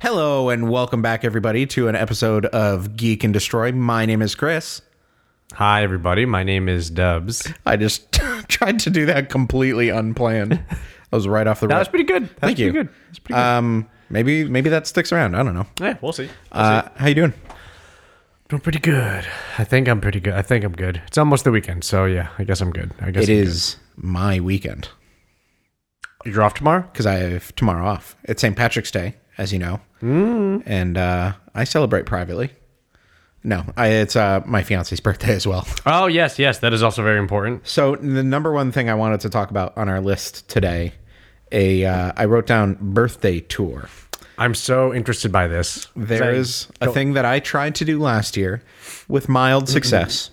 Hello and welcome back, everybody, to an episode of Geek and Destroy. My name is Chris. Hi, everybody. My name is Dubs. I just tried to do that completely unplanned. I was right off the. That was That pretty good. That was Thank you. pretty Good. That's pretty Um, maybe maybe that sticks around. I don't know. good. Yeah, we'll see. Uh, how you doing? Doing pretty good. I think I'm pretty good. I think I'm good. It's almost the weekend, so yeah, I guess I'm good. I guess It I'm is my weekend good. You're off tomorrow. because I have tomorrow off. It's St. Patrick's Day, as you know, mm. and uh, I celebrate privately. No, I, it's uh, my fiance's birthday as well. Oh yes, yes. That is also very important. So the number one thing I wanted to talk about on our list today, a uh, I wrote down birthday tour. I'm so interested by this. There is a thing that I tried to do last year with mild success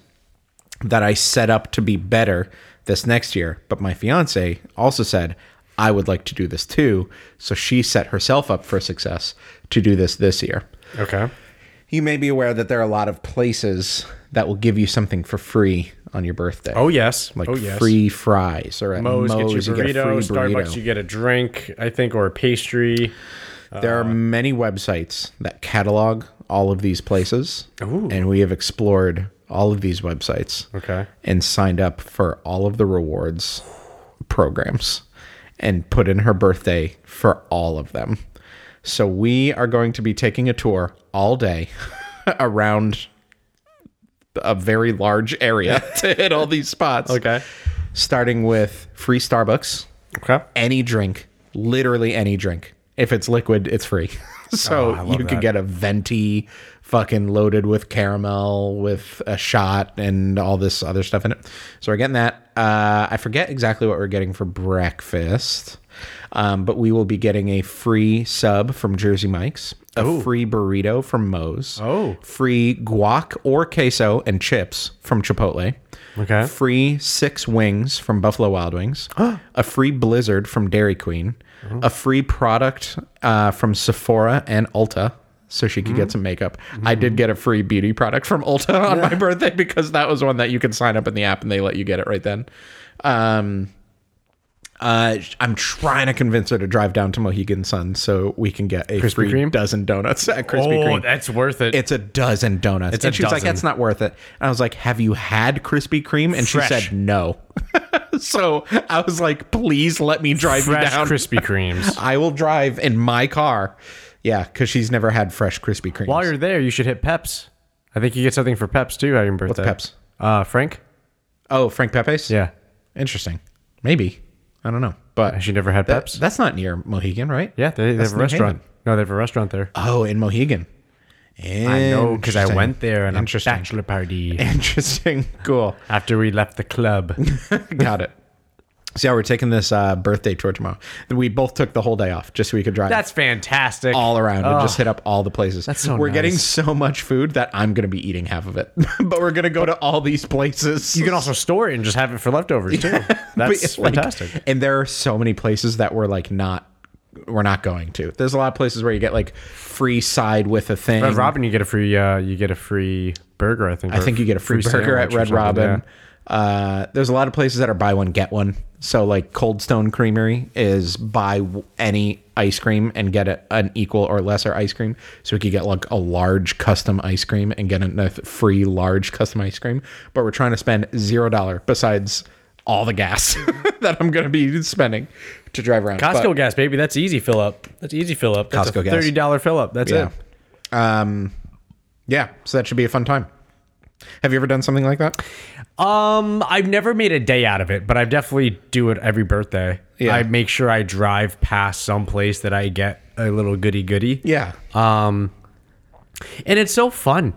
that I set up to be better this next year. But my fiance also said, I would like to do this too. So she set herself up for success to do this this year. okay. You may be aware that there are a lot of places that will give you something for free on your birthday. Oh yes. Like oh yes. free fries or at Moe's Moe's, gets you you burrito. get a free burrito. Starbucks, you get a drink, I think, or a pastry. There are Uh. many websites that catalog all of these places, and we have explored all of these websites Okay. and signed up for all of the rewards programs and put in her birthday for all of them. So we are going to be taking a tour all day around a very large area to hit all these spots. Okay. Starting with free Starbucks Okay. any drink, literally any drink. If it's liquid, it's free. Oh, so I you love could that. get a venti fucking loaded with caramel with a shot and all this other stuff in it. So we're getting that. Uh, I forget exactly what we're getting for breakfast, um, but we will be getting a free sub from Jersey Mike's, a free burrito from Moe's, Oh. free guac or queso and chips from Chipotle Okay. Oh. free six wings from Buffalo Wild Wings, a free Blizzard from Dairy Queen, a free product uh, from Sephora and Ulta. So she could get Hmm. some makeup. I did get a free beauty product from Ulta on my birthday because that was one that you could sign up in the app and they let you get it right then. Um, uh, I'm trying to convince her to drive down to Mohegan Sun so we can get a free Kreme? dozen donuts at Oh, Krispy Kreme that's worth it. it's a dozen donuts. a and she was like, dozen. that's not worth it. And I was like, have you had Krispy Kreme? And Fresh. she said, no. so I was like, please let me drive you fresh down. Krispy Kremes. I will drive in my car. Yeah, because she's never had fresh Krispy Kreme. While you're there, you should hit Peps. I think you get something for Peps too at your birthday. Peps? Uh, Frank. oh, Frank Pepe's? Yeah, Interesting. Maybe. I don't know. But she never had that- Peps. that's not near Mohegan, right? yeah, they, they have a New restaurant. Haven. No, they have a restaurant there. Oh, in Mohegan. I know because I Interesting. went there and a Interesting. bachelor party Interesting. Cool. after we left the club. Got it. So yeah, we're taking this uh, birthday tour tomorrow. We both took the whole day off just so we could drive That's fantastic. all around and just hit up all the places. That's so we're getting nice. so much food that I'm going to be eating half of it. but we're going to go to all these places. you can also store it and just have it for leftovers too. That's But, like, fantastic. and there are so many places that we're like not we're not going to. There's a lot of places where you get like free side with a thing. Red Robin, you get a free uh, you get a free burger. I think. I think you get a free, burger at Red Robin. Uh, there's a lot of places that are buy one get one. So like Cold Stone Creamery is buy w- any ice cream and get a, an equal or lesser ice cream. So we could get like a large custom ice cream and get a free large custom ice cream. But we're trying to spend zero dollar besides all the gas that I'm gonna be spending to drive around. Costco But- gas, baby. That's easy fill up. That's easy fill up. That's Costco a gas. Thirty dollar fill up. That's yeah. it. Um, yeah. So that should be a fun time. Have you ever done something like that? Um, I've never made a day out of it, but I definitely do it every birthday. Yeah. I make sure I drive past some place that I get a little goody goody. Yeah. Um, and it's so fun.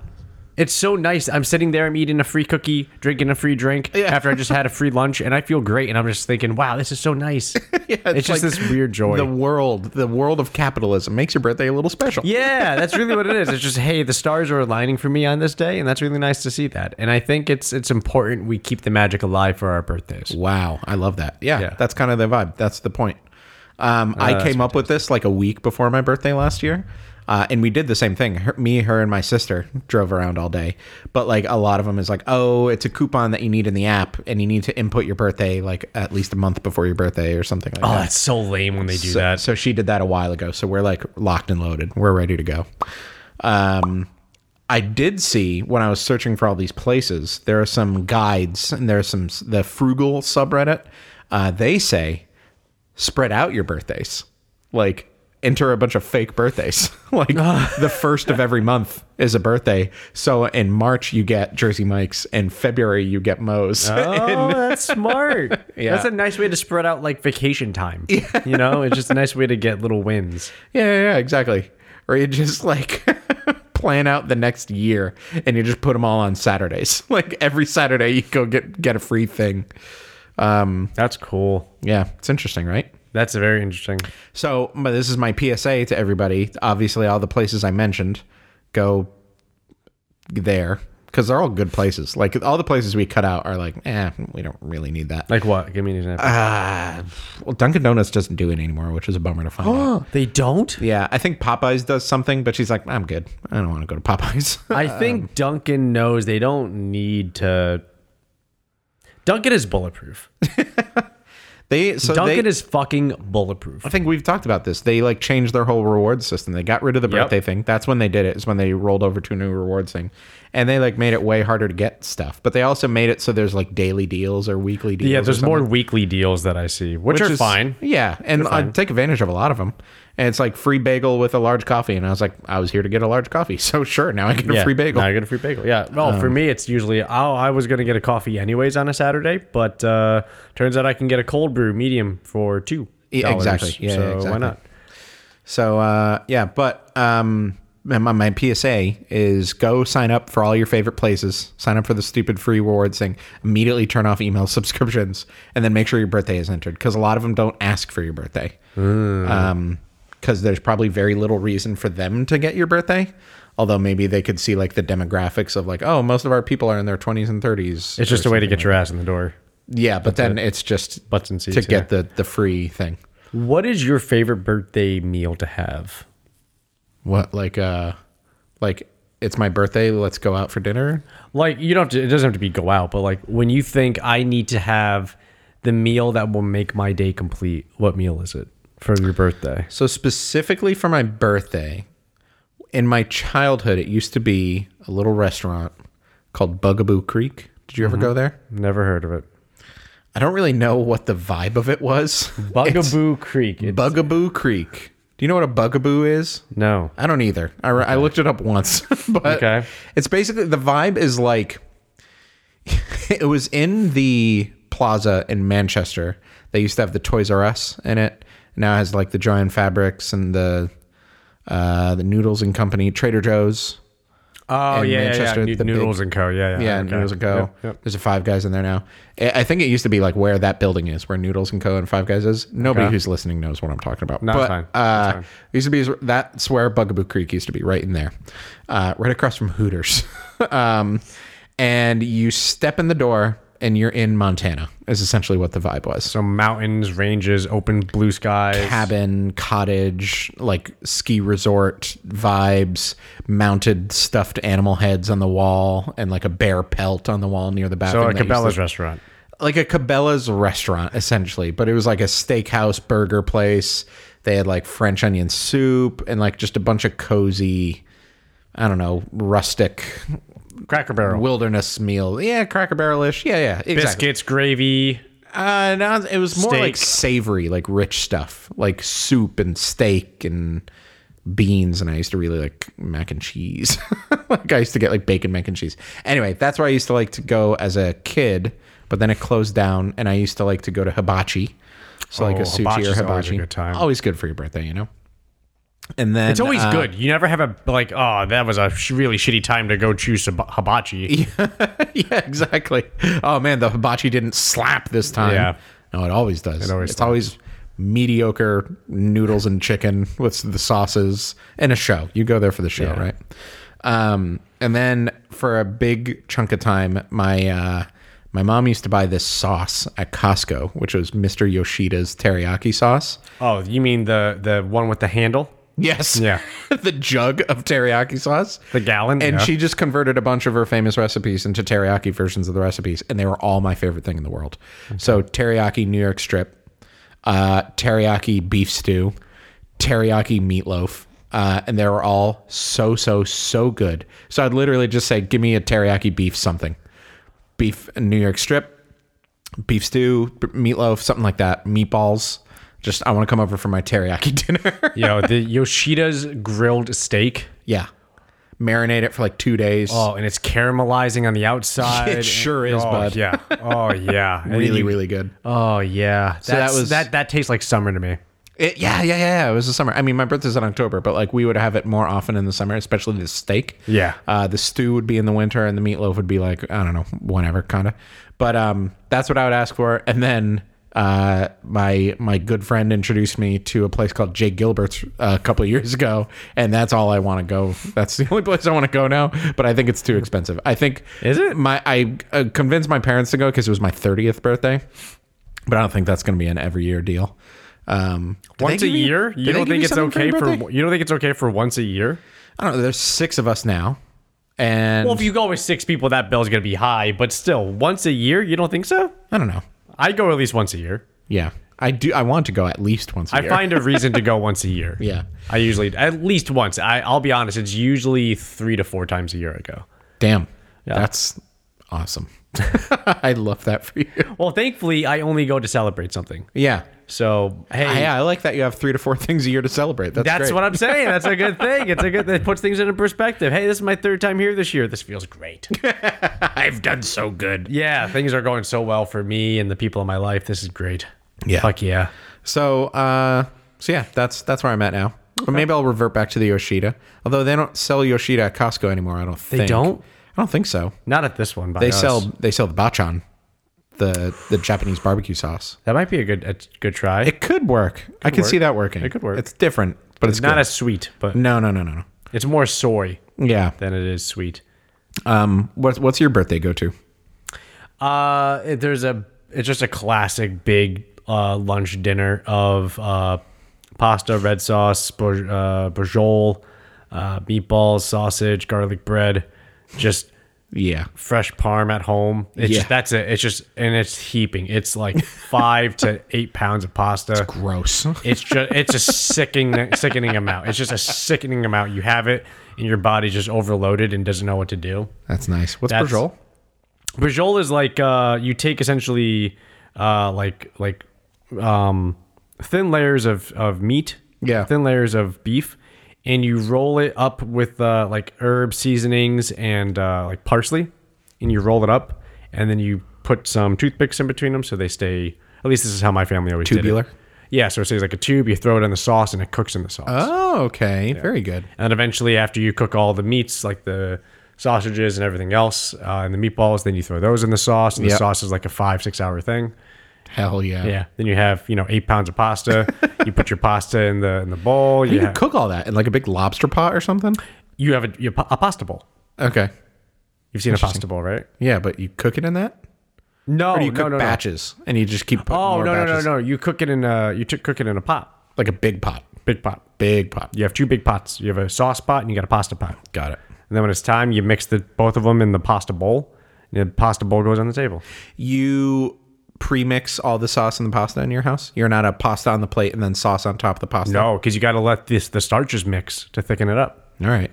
It's so nice. I'm sitting there, I'm eating a free cookie, drinking a free drink Yeah. after I just had a free lunch, and I feel great. And I'm just thinking, wow, this is so nice. it's, just like this weird joy. The world, the world of capitalism makes your birthday a little special. yeah, that's really what it is. It's just hey, the stars are aligning for me on this day, and that's really nice to see that. And I think it's it's important we keep the magic alive for our birthdays. Wow, I love that. Yeah, Uh, Yeah. that's kind of the vibe. That's the point. Um, I came up with this like a week before my birthday last year. Uh, and we did the same thing. Her, me, her, and my sister drove around all day. But like a lot of them is like, oh, it's a coupon that you need in the app, and you need to input your birthday like at least a month before your birthday or something like Oh, that. that's so lame when they do So- that. So she did that a while ago. So we're like locked and loaded. We're ready to go. Um, I did see when I was searching for all these places, there are some guides and there's some the frugal subreddit. Uh, they say spread out your birthdays, like enter a bunch of fake birthdays. like the first of every month is a birthday. So in March you get Jersey Mike's, in February you get Moe's. Oh, that's smart. Yeah. That's a nice way to spread out like vacation time. You know, it's just a nice way to get little wins. Yeah, yeah, yeah, exactly. Or you just like plan out the next year and you just put them all on Saturdays. Like every Saturday you go get get a free thing. That's cool. Yeah, it's interesting, right? That's very interesting. So, but this is my PSA to everybody. Obviously, all the places I mentioned go there because they're all good places. Like all the places we cut out are like, eh, we don't really need that. Like what? Give me an example. Ah, well, Dunkin' Donuts doesn't do it anymore, which is a bummer to find out. they don't? Yeah, I think Popeyes does something, but she's like, I'm good. I don't want to go to Popeyes. I Uh-uh. think Duncan knows they don't need to. Duncan is bulletproof. They so Duncan they, is fucking bulletproof. I think we've talked about this. They like changed their whole reward system. They got rid of the Yep. birthday thing. That's when they did it. Is when they rolled over to a new rewards thing, and they like made it way harder to get stuff. But they also made it so there's like daily deals or weekly deals. Yeah, or there's something, more weekly deals that I see, which, which are is- fine. Yeah, and I take advantage of a lot of them. And it's like free bagel with a large coffee. And I was like, I was here to get a large coffee, so sure. Now I get a yeah. free bagel. Um, Now I get a free bagel. Yeah. Well, for me, it's usually oh, I was gonna get a coffee anyways on a Saturday, but uh, turns out I can get a cold brew medium for two. Yeah, dollars. E, exactly. Yeah, yeah, so why exactly. not? So uh, yeah, but um, my, my- my PSA is go sign up for all your favorite places. Sign up for the stupid free rewards thing. Immediately turn off email subscriptions, and then make sure your birthday is entered because a lot of them don't ask for your birthday. Hmm. Um, because there's probably very little reason for them to get your birthday. Although maybe they could see like the demographics of like, oh, most of our people are in their 20s and 30s. It's just a way to get your ass in the door. yeah, but then it's just Butts and to seats, get the the free thing. What is your favorite birthday meal to have? What like uh like it's my birthday, let's go out for dinner? Like you don't have to. It doesn't have to be go out, but like when you think I need to have the meal that will make my day complete, what meal is it for your birthday? So specifically for my birthday, in my childhood it used to be a little restaurant called Bugaboo Creek. Did you ever go there? Never heard of it. I don't really know what the vibe of it was. It's Bugaboo Creek. It- Bugaboo Creek. Do you know what a bugaboo is? no. I don't either. I, I looked it up once, but Okay. it's basically the vibe is like it was in the plaza in Manchester. They used to have the Toys R Us in it. Now it has like the Giant Fabrics and the uh, the Noodles and Company, Trader Joe's. Oh in yeah, Manchester, yeah, yeah. the Noo- Noodles big- and Co. Yeah, yeah, Yeah, okay. Noodles and Co. Yep, yep. There's a Five Guys in there now. I I think it used to be like where that building is, where Noodles and Co. and Five Guys is. Nobody Okay. who's listening knows what I'm talking about. No, it's but fine. It's uh, fine. it used to be that's where Bugaboo Creek used to be, right in there, uh, right across from Hooters. um, and you step in the door and you're in Montana. Is essentially what the vibe was. So mountains, ranges, open blue skies. Cabin, cottage, like ski resort vibes, mounted stuffed animal heads on the wall, and like a bear pelt on the wall near the bathroom. so like that used to- Cabela's restaurant. like a Cabela's restaurant essentially, but it was like a steakhouse burger place. They had like French onion soup and like just a bunch of cozy, I don't know, rustic Cracker Barrel. wilderness meal. Yeah, Cracker Barrel ish. Yeah, yeah, exactly. Biscuits, gravy. Uh, no, it was more like Steak. savory, like rich stuff, like soup and steak and beans. And I used to really like mac and cheese. like I used to get like bacon mac and cheese. Anyway, that's where I used to like to go as a kid. But then it closed down, and I used to like to go to hibachi. So like a Oh, sushi or hibachi. hibachi's always a good time. Always good for your birthday, you know. And uh, then It's always good. You never have a like. Oh, that was a sh- really shitty time to go choose hib- hibachi. yeah, exactly. Oh man, the hibachi didn't slap this time. Yeah. No, it always does. always it's slaps. always mediocre noodles and chicken with the sauces and a show. You go there for the show, right? Um, and then for a big chunk of time, my uh, my mom used to buy this sauce at Costco, which was Mr. Yoshida's teriyaki sauce. Oh, you mean the the one with the handle? Yes. Yeah. the jug of teriyaki sauce. The gallon, And yeah. she just converted a bunch of her famous recipes into teriyaki versions of the recipes, and they were all my favorite thing in the world. So teriyaki New York strip, uh, teriyaki beef stew, teriyaki meatloaf. Uh, and they were all so, so, so good. So I'd literally just say, give me a teriyaki beef something. Beef New York strip, beef stew, b- meatloaf, something like that. Meatballs. Just, I want to come over for my teriyaki dinner. Yo, the Yoshida's grilled steak. Yeah. Marinate it for like two days. Oh, and it's caramelizing on the outside. It sure is, oh, bud. Yeah. Oh yeah. And then really, you- really good. Oh yeah. So that was- that. That tastes like summer to me. It- yeah, yeah, yeah, yeah. It was the summer. I mean, my birthday's in October, but like we would have it more often in the summer, especially the steak. Yeah. Uh, the stew would be in the winter and the meatloaf would be like, I don't know, whenever, kind of. But um, that's what I would ask for. And then uh, my my good friend introduced me to a place called Jay Gilbert's uh, a couple of years ago. And that's all I want to go. That's the only place I want to go now. But I think it's too expensive. I think. Is it? My, I uh, convinced my parents to go because it was my 30th birthday. But I don't think that's going to be an every year deal. Um, do they Once a give year? do You they don't give think it's something okay your for? birthday? You don't think it's okay for once a year? I don't know. There's six of us now, and Well, if you go with six people, that bill's gonna be high. But still, once a year, you don't think so? I don't know. I go at least once a year. Yeah, I do. I want to go at least once. a I year. find a reason to go once a year. Yeah. I usually at least once. I, I'll be honest, it's usually three to four times a year I go. Damn, that's awesome. I love that for you. Well, thankfully, I only go to celebrate something. Yeah. So hey, Yeah, I like that you have three to four things a year to celebrate. That's, that's great. what I'm saying. That's a good thing. It's a good. It puts things into perspective. Hey, this is my third time here this year. This feels great. I've done so good. yeah, things are going so well for me and the people in my life. This is great. Yeah. Fuck yeah. So, uh, so yeah, that's that's where I'm at now. But maybe I'll revert back to the Yoshida. Although they don't sell Yoshida at Costco anymore, I don't think. don't? I don't think so. Not at this one. By They us. sell they sell the bachan, the the Japanese barbecue sauce. That might be a good a good try. It could work. I could see work. that working. It could work. It's different, but it's It's not good. as sweet, but no, no, no, no, no. it's more soy Yeah. than it is sweet. Um. What's what's your birthday go to? Uh, it- there's a it's just a classic big uh, lunch dinner of uh, pasta, red sauce, bour- uh, bourgeole, uh, meatballs, sausage, garlic bread, just Yeah. fresh parm at home. It's Yeah. just, that's it. It's just and it's heaping. It's like five to eight pounds of pasta. Gross. It's just it's a sickening sickening amount. It's just a sickening amount. You have it and your body's just overloaded and doesn't know what to do. That's nice. What's That's- Bajol? Bajol is like uh, you take essentially uh, like like um, thin layers of of meat, Yeah. thin layers of beef, and you roll it up with uh, like herb seasonings and uh, like parsley, and you roll it up, and then you put some toothpicks in between them so they stay. At least this is how my family always Tubular? did it. Yeah, so it stays like a tube. You throw it in the sauce, and it cooks in the sauce. Oh, okay. Very good. And eventually, after you cook all the meats, like the sausages and everything else, uh, and the meatballs, then you throw those in the sauce, and Yep. the sauce is like a five, six hour thing. Hell yeah. Yeah. Then you have, you know, eight pounds of pasta. you put your pasta in the in the bowl. You, You ha- could cook all that in like a big lobster pot or something. you have a, you have a pasta bowl. Okay. You've seen a pasta bowl, right? Yeah, but you cook it in that. No, Or do you Oh, no, cook no, no. batches and you just keep putting Oh more no, no, no, batches? no! You cook it in a you t- cook it in a pot, Like a big pot. big pot. Big pot. You have two big pots. You have a sauce pot and you got a pasta pot. Got it. And then when it's time, you mix the both of them in the pasta bowl, and the pasta bowl goes on the table. You pre-mix all the sauce and the pasta in your house. You're not a pasta on the plate and then sauce on top of the pasta. No, because you got to let this the starches mix to thicken it up. All right.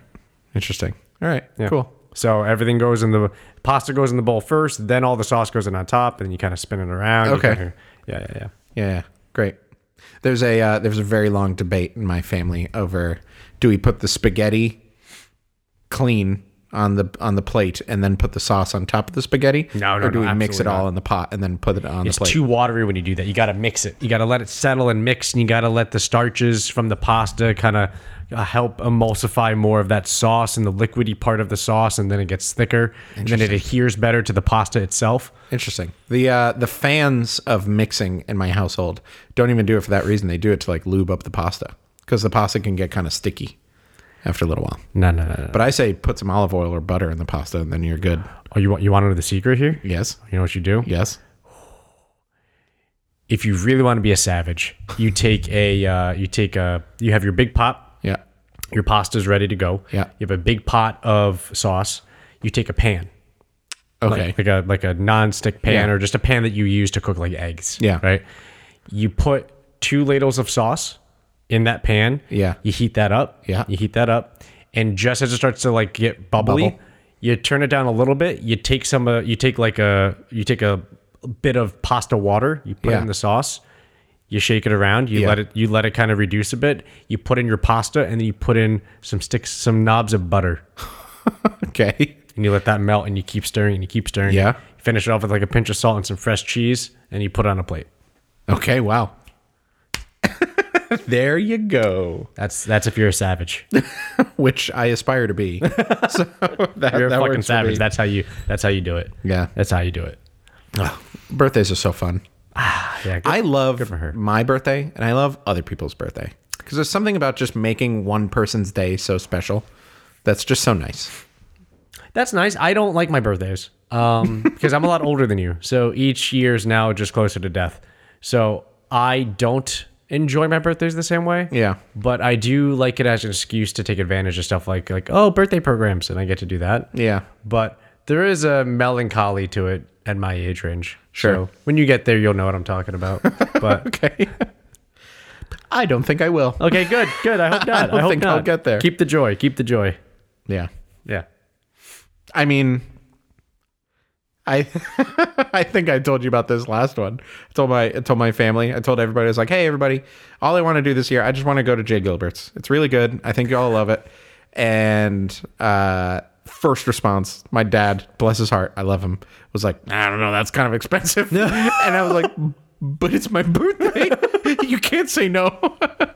Interesting. All right. Yeah. Cool. So everything goes in the pasta goes in the bowl first, then all the sauce goes in on top, and you kind of spin it around. You Okay. kinda- yeah, yeah, yeah. Yeah, yeah. Great. There's a uh, there's a very long debate in my family over do we put the spaghetti clean on the on the plate and then put the sauce on top of the spaghetti? No, no, Or do no, we mix it absolutely all in the pot and then put it on It's the plate? too watery when you do that. You got to mix it. You got to let it settle and mix, and you got to let the starches from the pasta kind of help emulsify more of that sauce and the liquidy part of the sauce, and then it gets thicker, and then it adheres better to the pasta itself. Interesting. The uh, the fans of mixing in my household don't even do it for that reason. They do it to like lube up the pasta because the pasta can get kind of sticky after a little while. No, no, no. no. But I say put some olive oil or butter in the pasta and then you're good. Oh, you want you want to know the secret here? Yes. You know what you do? Yes. if you really want to be a savage, you take a uh, you take a you have your big pot Yeah. Your pasta's ready to go. Yeah. You have a big pot of sauce. You take a pan, Okay. like a like a non-stick pan Yeah. or just a pan that you use to cook like eggs. Yeah. Right. You put two ladles of sauce in that pan. Yeah. You heat that up. Yeah. You heat that up, and just as it starts to like get bubbly, Bubble. you turn it down a little bit. You take some. Uh, you take like a. You take a bit of pasta water. You put it Yeah. in the sauce. You shake it around. You Yeah. let it. You let it kind of reduce a bit. You put in your pasta, and then you put in some sticks, some knobs of butter okay. and you let that melt and you keep stirring and you keep stirring. Yeah. You finish it off with like a pinch of salt and some fresh cheese and you put it on a plate. Okay. Wow. there you go. That's that's if you're a savage. Which I aspire to be. so that, You're that a fucking works for me. savage. That's how you that's how you do it. Yeah. That's how you do it. Ugh, birthdays are so fun. Yeah. good- I love her. my birthday and I love other people's birthday because there's something about just making one person's day so special. That's just so nice. that's nice. I don't like my birthdays. Um because I'm a lot older than you. So each year is now just closer to death. So I don't enjoy my birthdays the same way. Yeah. But I do like it as an excuse to take advantage of stuff like like oh birthday programs and I get to do that. Yeah. but there is a melancholy to it at my age range. Sure. So when you get there, you'll know what I'm talking about. But Okay. I don't think I will. okay, good, good. I hope not. I, don't hope think not. I'll get there. Keep the joy. Keep the joy. Yeah. Yeah. I mean, I I think I told you about this last one. I told my I told my family. I told everybody. I was like, "Hey, everybody! All I want to do this year, I just want to go to Jay Gilbert's. It's really good. I think you all love it." And uh, first response, my dad, bless his heart, I love him, was like, "I don't know. That's kind of expensive." and I was like, "But it's my birthday. you can't say no."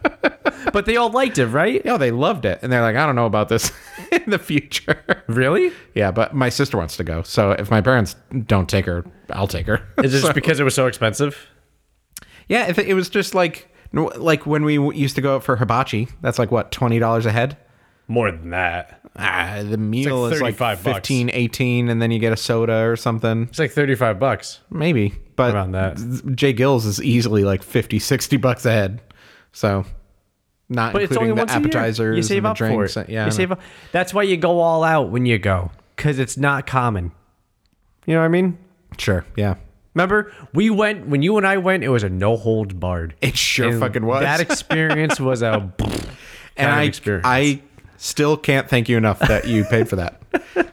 But they all liked it, right? yeah, they loved it, and they're like, "I don't know about this in the future." Really? Yeah, but my sister wants to go. So if my parents don't take her, I'll take her. Is it just because it was so expensive? yeah, if it, it was just like no- like when we w- used to go out for hibachi, that's like what twenty dollars a head. More than that. Ah, the meal like is like 35 bucks. 15, 18, and then you get a soda or something, It's like thirty-five bucks. maybe. But Around that. th- Jay Gill's is easily like 50, 60 bucks a head. So not But it's only including the once a year. appetizers You save and the up for drinks. uh, it. Yeah, I you know. save up. That's why you go all out when you go, because it's not common. You know what I mean? sure. Yeah, Remember, we went when you and I went. It was a no holds barred. it sure And fucking was. That experience was a and kind of I, experience. I still can't thank you enough that you paid for that.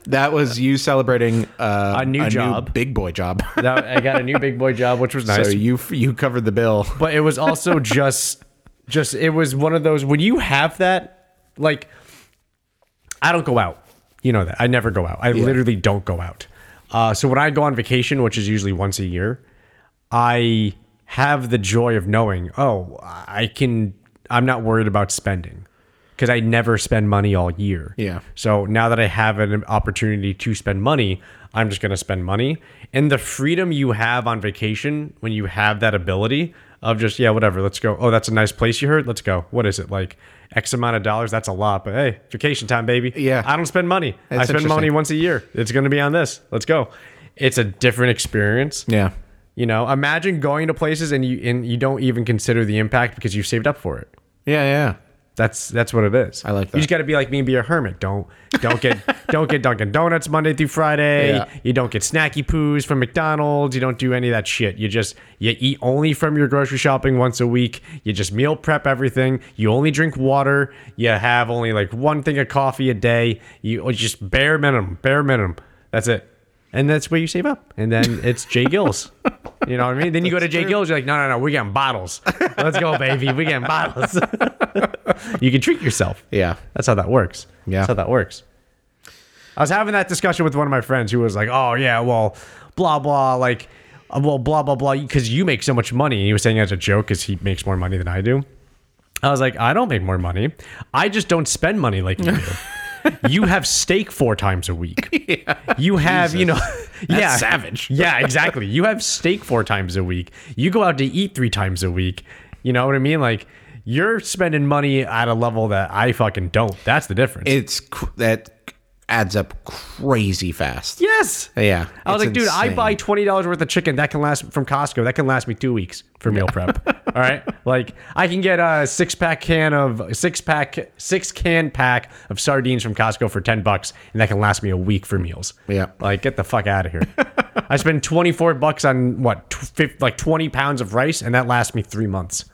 that was you celebrating uh, A new job. big boy job. that, I got a new big boy job, which was nice. So you you covered the bill. but it was also just just it was one of those when you have that like I don't go out. You know that. I never go out. I literally don't go out. Uh, so when I go on vacation, which is usually once a year, I have the joy of knowing, oh, I can I'm not worried about spending because I never spend money all year. Yeah. So now that I have an opportunity to spend money, I'm just going to spend money. And the freedom you have on vacation when you have that ability of just, yeah, whatever, let's go. Oh, that's a nice place you heard. Let's go. What is it? Like X amount of dollars? That's a lot. But hey, vacation time, baby. Yeah. I don't spend money. I spend interesting. money once a year. It's going to be on this. Let's go. It's a different experience. Yeah. You know, imagine going to places and you and you don't even consider the impact because you've saved up for it. Yeah, yeah. That's that's what it is. I like You that. just got to be like me and be a hermit. Don't don't get don't get Dunkin' Donuts Monday through Friday. Yeah. You don't get snacky poos from McDonald's. You don't do any of that shit. You just you eat only from your grocery shopping once a week. You just meal prep everything. You only drink water. You have only like one thing of coffee a day. You or just bare minimum, bare minimum. That's it. And that's where you save up. And then it's Jay Gill's. You know what I mean? Then you go to Jay Gill's, you're like, no, no, no, we're getting bottles. Let's go, baby. We're getting bottles. you can treat yourself. Yeah. That's how that works. Yeah. That's how that works. I was having that discussion with one of my friends who was like, oh, yeah, well, blah, blah, like, uh, well, blah, blah, blah, because you make so much money. And he was saying it as a joke because he makes more money than I do. I was like, I don't make more money. I just don't spend money like you do. you have steak four times a week. You have, you know, yeah, savage. Yeah, exactly. You have steak four times a week. You go out to eat three times a week. You know what I mean? Like you're spending money at a level that I fucking don't. That's the difference. It's cr- that adds up crazy fast. Yes. Yeah, I was it's like, dude, I insane. buy twenty dollars worth of chicken that can last from Costco. That can last me two weeks for meal prep. All right, like I can get a six pack can of six pack six can pack of sardines from Costco for ten bucks, and that can last me a week for meals. Yeah. like get the fuck out of here. I spend twenty four bucks on what tw- fif- like twenty pounds of rice, and that lasts me three months.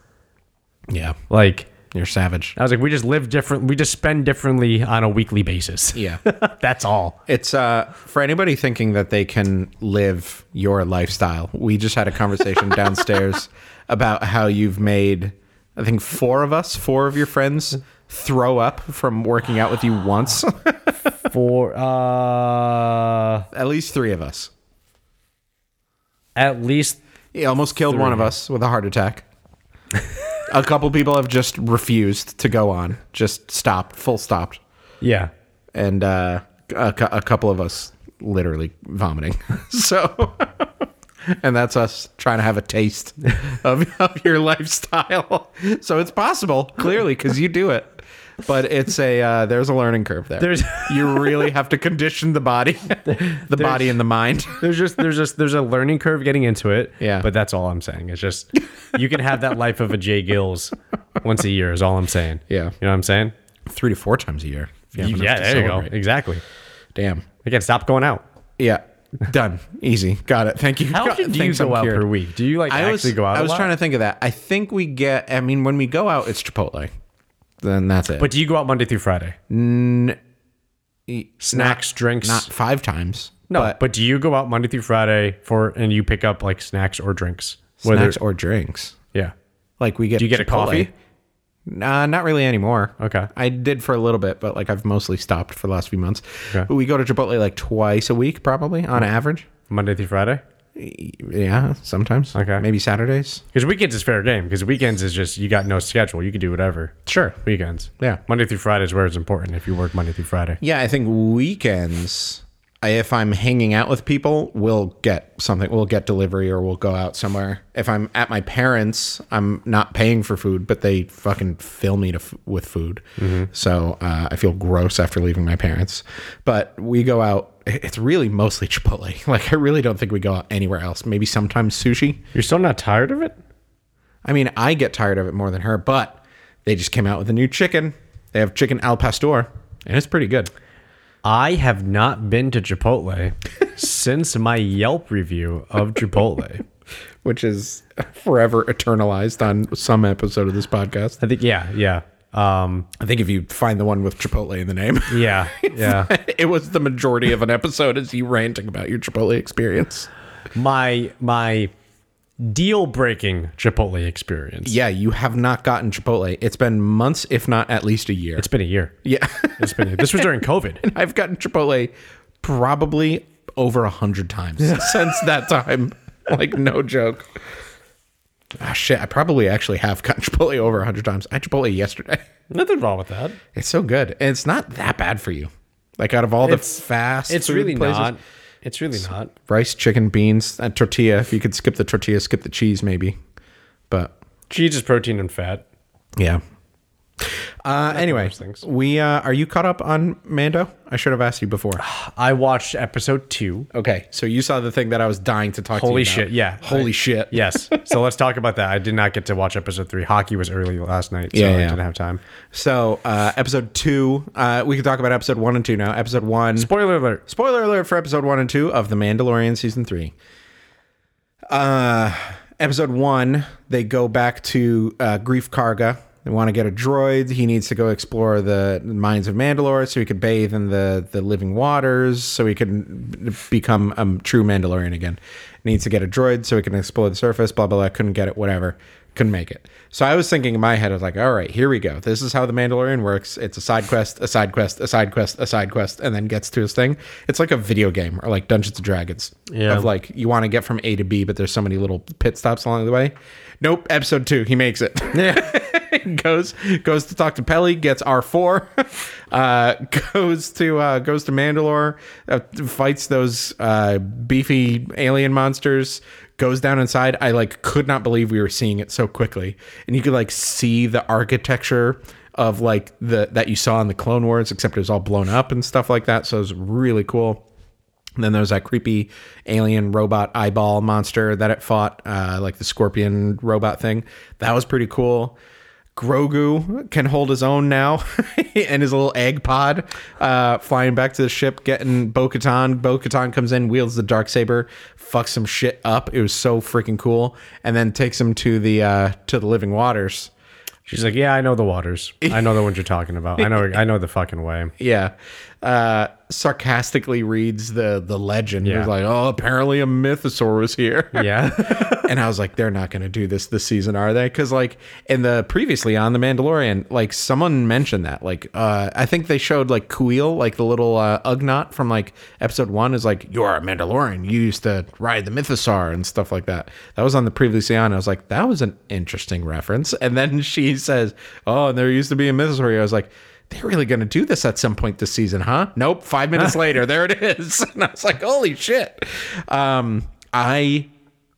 Yeah, Like you're savage. I was like, we just live different. We just spend differently on a weekly basis. Yeah. That's all. It's uh for anybody thinking that they can live your lifestyle. We just had a conversation downstairs about how you've made I think four of us, four of your friends throw up from working out with you once. For uh, At least 3 of us. at least He almost killed one of us with a heart attack. a couple people have just refused to go on. Just stopped, full stopped. yeah. And uh a, cou- a couple of us literally vomiting. so and that's us trying to have a taste of, of your lifestyle. So it's possible, clearly, because you do it. But it's a uh, there's a learning curve there. There's- you really have to condition the body, the body and the mind. There's just there's just there's a learning curve getting into it. Yeah. But that's all I'm saying. It's just you can have that life of a Jay Gills once a year is all I'm saying. Yeah. You know what I'm saying? Three to four times a year. if you have enough yeah, to there you go. celebrate. Exactly. Damn. Again, stop going out. Yeah. Done. Easy. Got it. Thank you. How God, often do you thanks, go I'm out cured. per week? Do you like I was, actually go out? I was a lot? trying to think of that. I think we get, I mean, when we go out, it's Chipotle. Then that's it. But do you go out Monday through Friday? Snacks, drinks. Not five times. no, But e, but, do you go out Monday through Friday for and you pick up like snacks or drinks? snacks or drinks. yeah. Like we get. Do you get a coffee? Nah, not really anymore. Okay. I did for a little bit, but like I've mostly stopped for the last few months. Okay. Hmm. But we go to Chipotle like twice a week, probably on average. Monday through Friday? Yeah, sometimes. Okay. Maybe Saturdays. Because weekends is fair game. Because weekends is just you got no schedule. You can do whatever. Sure. Weekends. Yeah. Monday through Friday is where it's important if you work Monday through Friday. Yeah, I think weekends, I- if I'm hanging out with people, we'll get something. We'll get delivery or we'll go out somewhere. If I'm at my parents, I'm not paying for food, but they fucking fill me to f- with food. So uh, I feel gross after leaving my parents. But we go out. i- It's really mostly Chipotle. Like I really don't think we go out anywhere else. Maybe sometimes sushi. You're still not tired of it? I mean, I get tired of it more than her. But they just came out with a new chicken. They have chicken al pastor, and it's pretty good. I have not been to Chipotle since my Yelp review of Chipotle. which is forever eternalized on some episode of this podcast. I think yeah, yeah. Um I think if you find the one with Chipotle in the name, yeah, yeah. it was the majority of an episode is you ranting about your Chipotle experience. My my deal breaking Chipotle experience. Yeah, you have not gotten Chipotle. It's been months, if not at least a year. It's been a year. yeah, It's been a, this was during COVID. I've gotten Chipotle probably over a hundred times since that time. Like no joke. Ah, shit, I probably actually have gotten Chipotle over a hundred times. I had Chipotle yesterday. Nothing wrong with that. It's so good, and it's not that bad for you. Like out of all It's- the fast, It's food really places, not. It's really not. rice, chicken, beans, and tortilla. If you could skip the tortilla, skip the cheese, maybe. But Cheese is protein and fat. yeah. Uh, anyway, worst things. we uh, are you caught up on Mando? I should have asked you before. I watched episode two. okay, so you saw the thing that I was dying to talk Holy to you about. shit, yeah. Holy shit. Yes. So let's talk about that. I did not get to watch episode three. Hockey was early last night, so Yeah, I yeah. didn't have time. So uh, episode two, uh, we can talk about episode one and two now. Episode one. Spoiler alert. Spoiler alert for episode one and two of The Mandalorian season three. Uh, episode one, they go back to uh, Grief Karga. They want to get a droid. He needs to go explore the mines of Mandalore so he could bathe in the, the living waters, so he can b- become a true Mandalorian again. Needs to get a droid so he can explore the surface, blah, blah, blah. Couldn't get it, whatever. Couldn't make it. So I was thinking in my head, I was like, all right, here we go. This is how the Mandalorian works. It's a side quest, a side quest, a side quest, a side quest, and then gets to his thing. It's like a video game or like Dungeons and Dragons. Yeah. Of like, like you want to get from A to B, but there's so many little pit stops along the way. Nope, episode two, he makes it. goes goes to talk to Pelly, gets R four, uh, goes to uh, goes to Mandalore, uh, fights those uh, beefy alien monsters. Goes down inside. I like could not believe we were seeing it so quickly, and you could like see the architecture of like the that you saw in the Clone Wars, except it was all blown up and stuff like that. So it was really cool. And then there was that creepy alien robot eyeball monster that it fought, uh, like the scorpion robot thing. That was pretty cool. Grogu can hold his own now and his little egg pod uh, flying back to the ship, getting Bo Katan. Bo Katan comes in, wields the dark saber, fucks some shit up. It was so freaking cool. And then takes him to the uh, to the living waters. She's like, yeah, I know the waters. I know the ones you're talking about. I know, I know the fucking way. yeah uh sarcastically reads the the legend Yeah. He's like oh apparently a mythosaur was here Yeah. and i was like they're not going to do this this season are they because like in the previously on the mandalorian like someone mentioned that like uh i think they showed like kuil like the little uh ugnaught from like episode one is like you're a mandalorian you used to ride the mythosaur and stuff like that that was on the previously on i was like that was an interesting reference and then she says oh and there used to be a mythosaur i was like they're really going to do this at some point this season, huh? Nope. Five minutes later, there it is. And I was like, holy shit. Um, I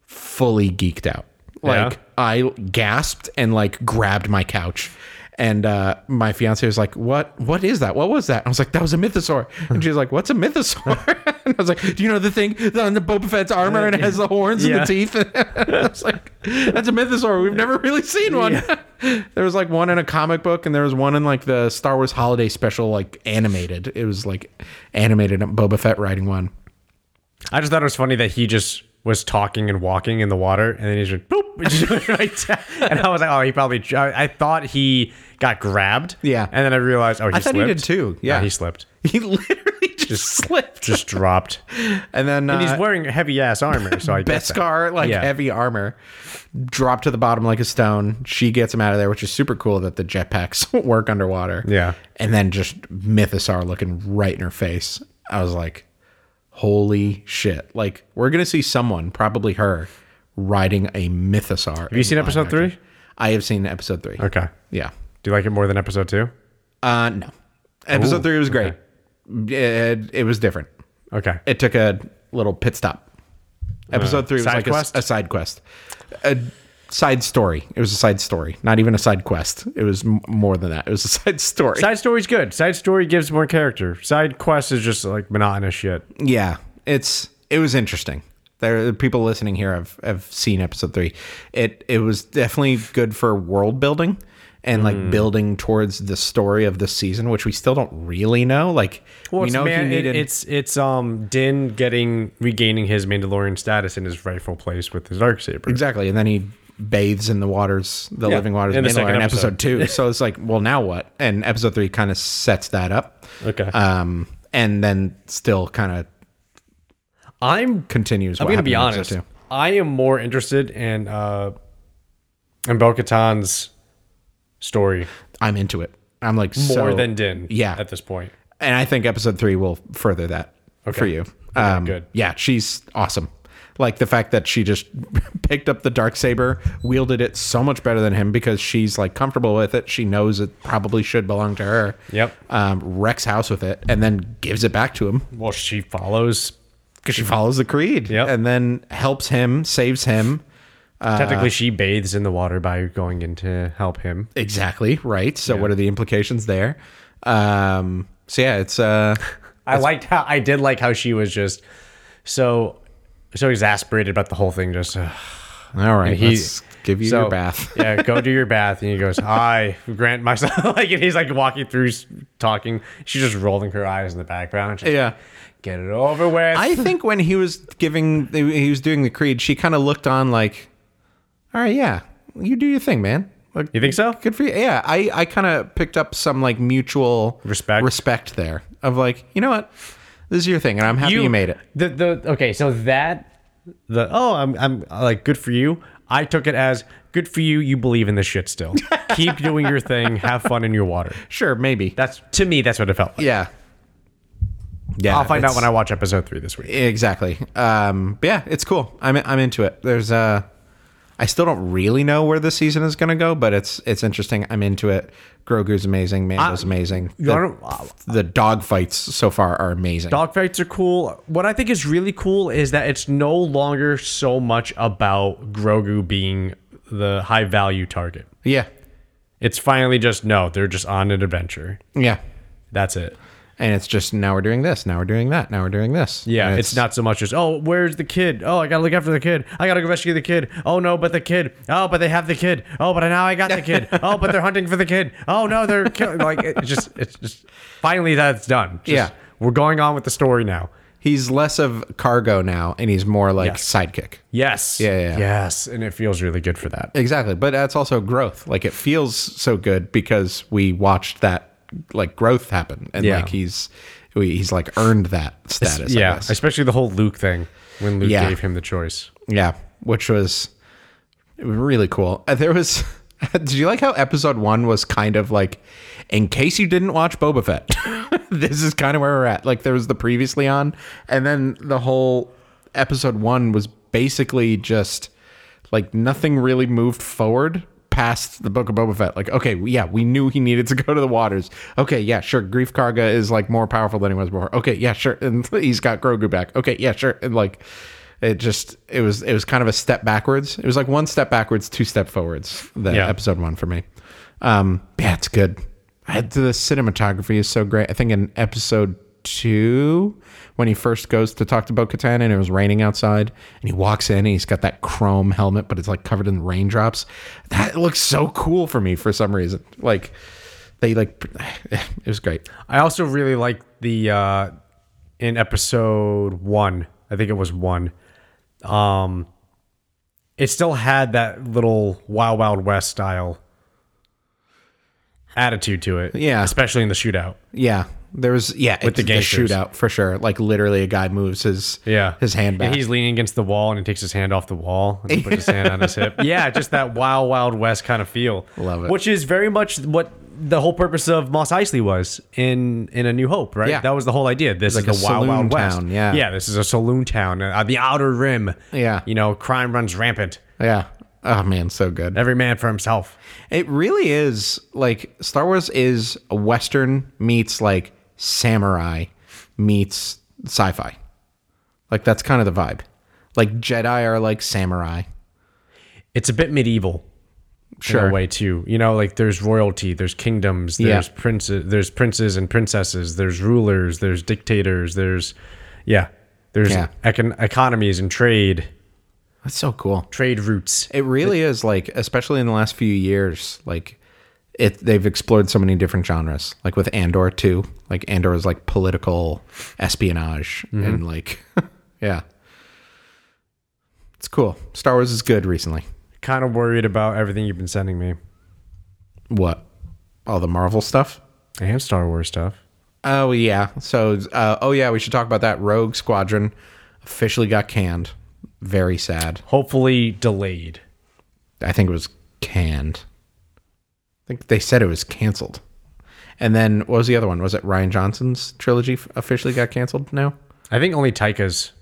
fully geeked out. Like, Yeah. I gasped and like grabbed my couch. And uh, my fiance was like, "What? What is that? What was that?" And I was like, "That was a mythosaur." And she was like, "What's a mythosaur?" and I was like, "Do you know the thing that's on the Boba Fett's armor and it has the horns Yeah. and the teeth?" I was like, "That's a mythosaur. We've never really seen one." there was like one in a comic book, and there was one in like the Star Wars Holiday Special, like animated. It was like animated Boba Fett riding one. I just thought it was funny that he just was talking and walking in the water, and then he's like, boop, and just went right down. and I was like, oh, he probably. I, I thought he got grabbed. Yeah. and then I realized, oh, he I thought he slipped. did too, No, yeah. he slipped, He literally just, slipped, just dropped. and then And uh, he's wearing heavy ass armor, so I guess that. Beskar, like Yeah. heavy armor, dropped to the bottom like a stone. She gets him out of there, which is super cool that the jetpacks work underwater. Yeah. And then just Mythosaur looking right in her face. I was like, holy shit. Like, we're going to see someone, probably her, riding a Mythosaur. Have you seen episode three? I have seen episode three. Okay. Yeah. Do you like it more than episode two? Uh, no. Episode Ooh, three was great. It, it was different. Okay. It took a little pit stop. Episode three was side like a- quest? A, side quest, a side story. It was a side story, not even a side quest. It was m- more than that. It was a side story. Side story's good. Side story gives more character. Side quest is just like monotonous shit. yeah, it's it was interesting. There, people listening here have have seen episode three. It it was definitely good for world building and Hmm. like building towards the story of the season, which we still don't really know. Like we know he needed. it's it's um Din getting regaining his Mandalorian status in his rightful place with his dark saber. Exactly, and then he bathes in the waters, the living waters of in the Mandalore second in episode two. so it's like, well, now what? And episode three kind of sets that up. Okay. Um, and then still kind of I'm continues. I'm what gonna be happened in honest. episode I am more interested in uh in Bo Katan's story two. I'm into it. I'm like more so, than Din Yeah, at this point. and I think episode three will further that for you. Um, good. Yeah, she's awesome. Like the fact that she just picked up the dark saber, wielded it so much better than him because she's like comfortable with it. She knows it probably should belong to her. Yep. Um, wrecks house with it and then gives it back to him Well she follows because she follows the creed. Yep. And then helps him, saves him. technically she bathes in the water by going in to help him. Exactly right. So what are the implications there? Um, so yeah, it's uh, I liked how I did like how she was just so so exasperated about the whole thing just uh, all right. he- let's give you So, your bath. yeah, go do your bath. And he goes, "Hi, Grant, myself." like, and he's like walking through, s- talking. She's just rolling her eyes in the background. She's like, Yeah. get it over with. I think when he was giving, he was doing the creed. She kind of looked on like, "All right, yeah, you do your thing, man. Like, you think so? good for you." Yeah, I, I kind of picked up some like mutual Respect. respect there of like, you know what, this is your thing, and I'm happy you, made it. The the okay, so that the oh, I'm I'm like good for you. I took it as good for you. You believe in this shit still. Keep doing your thing. Have fun in your water. Sure, maybe. That's to me. That's what it felt like. yeah, yeah. I'll find out it's- when I watch episode three this week. exactly. Um, but yeah, it's cool. I'm I'm into it. There's uh, I still don't really know where this season is gonna go, but it's it's interesting. I'm into it. Grogu's amazing. Mando's amazing. The, wanna- the dog fights so far are amazing. Dogfights are cool. What I think is really cool is that it's no longer so much about Grogu being the high value target. yeah, It's finally just no, they're just on an adventure. Yeah. That's it. And it's just now we're doing this, now we're doing that, now we're doing this. Yeah, And it's, not so much as oh, where's the kid? Oh, I gotta look after the kid. I gotta go rescue the kid. Oh no, but the kid. Oh, but they have the kid. Oh, but now I got the kid. Oh, but they're hunting for the kid. Oh no, they're killing. Like it's just, it's just. Finally, that's done. Just, Yeah. we're going on with the story now. He's less of cargo now, and he's more like Yes. sidekick. Yes. Yeah, yeah, yeah. Yes, and it feels really good for that. Exactly, but that's also growth. Like it feels so good because we watched that like growth happen, and Yeah. like he's we, he's like earned that status. I yeah, guess. especially the whole Luke thing when Luke Yeah. gave him the choice. yeah, which was really cool. Uh, There was. Did you like how episode one was kind of like, in case you didn't watch Boba Fett, this is kind of where we're at. Like there was the previously on, and then the whole episode one was basically just like nothing really moved forward past the book of Boba Fett. Like, okay, yeah, we knew he needed to go to the waters. Okay, yeah, sure. Grief Karga is like more powerful than he was before. Okay, yeah, sure. And he's got Grogu back. Okay, yeah, sure. And like it just it was it was kind of a step backwards. It was like one step backwards, two step forwards. The Yeah. episode one for me. Um, yeah, it's good. I, the cinematography is so great. I think in episode two, when he first goes to talk to Bo Katan and it was raining outside, and he walks in and he's got that chrome helmet, but it's like covered in raindrops. That looks so cool for me for some reason. Like they like it was great. I also really like the uh in episode one, I think it was one. Um it still had that little Wild Wild West style attitude to it. Yeah. Especially in the shootout. Yeah. There was yeah, with the gangsters. shootout for sure. Like literally a guy moves his Yeah. his hand back. And he's leaning against the wall and he takes his hand off the wall and he puts his hand on his hip. Yeah, just that wild, wild west kind of feel. Love it. Which is very much what the whole purpose of Moss Eisley was in in A New Hope, right? Yeah. That was the whole idea. This Like is a the wild, wild saloon west. town, yeah. Yeah, this is a saloon town. Uh, the outer rim. Yeah. You know, crime runs rampant. yeah. Oh man, so good. Every man for himself. It really is like Star Wars is a Western meets like samurai meets sci fi. Like that's kind of the vibe. Like Jedi are like samurai. It's a bit medieval. in Sure. a way too. You know, like there's royalty, there's kingdoms, Yeah. there's princes, there's princes and princesses, there's rulers, there's dictators, there's yeah, there's Yeah. econ- economies and trade, That's so cool. trade routes. It really is like, especially in the last few years, like it they've explored so many different genres. Like with Andor too. Like Andor is like political espionage and like yeah. It's cool. Star Wars is good recently. Kind of worried about everything you've been sending me. What? All the Marvel stuff? I have Star Wars stuff. Oh yeah. So uh, oh yeah, we should talk about that. Rogue Squadron officially got canned. Very sad. Hopefully delayed. I think it was canned. I think they said it was canceled. And then what was the other one? Was it Ryan Johnson's trilogy f- officially got canceled now? I think only Taika's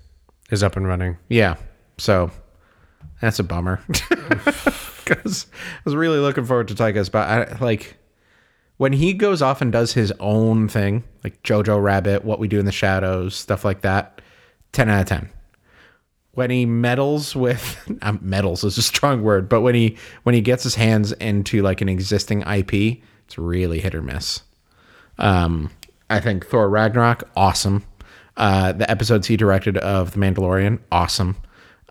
is up and running. Yeah. So that's a bummer. Because I was really looking forward to Tyga's, but I, like when he goes off and does his own thing, like Jojo Rabbit, What We Do in the Shadows, stuff like that, 10 out of 10. When he meddles with um, meddles is a strong word, but when he when he gets his hands into like an existing IP, it's really hit or miss. Um, I think Thor Ragnarok, awesome. Uh, the episodes he directed of The Mandalorian, awesome.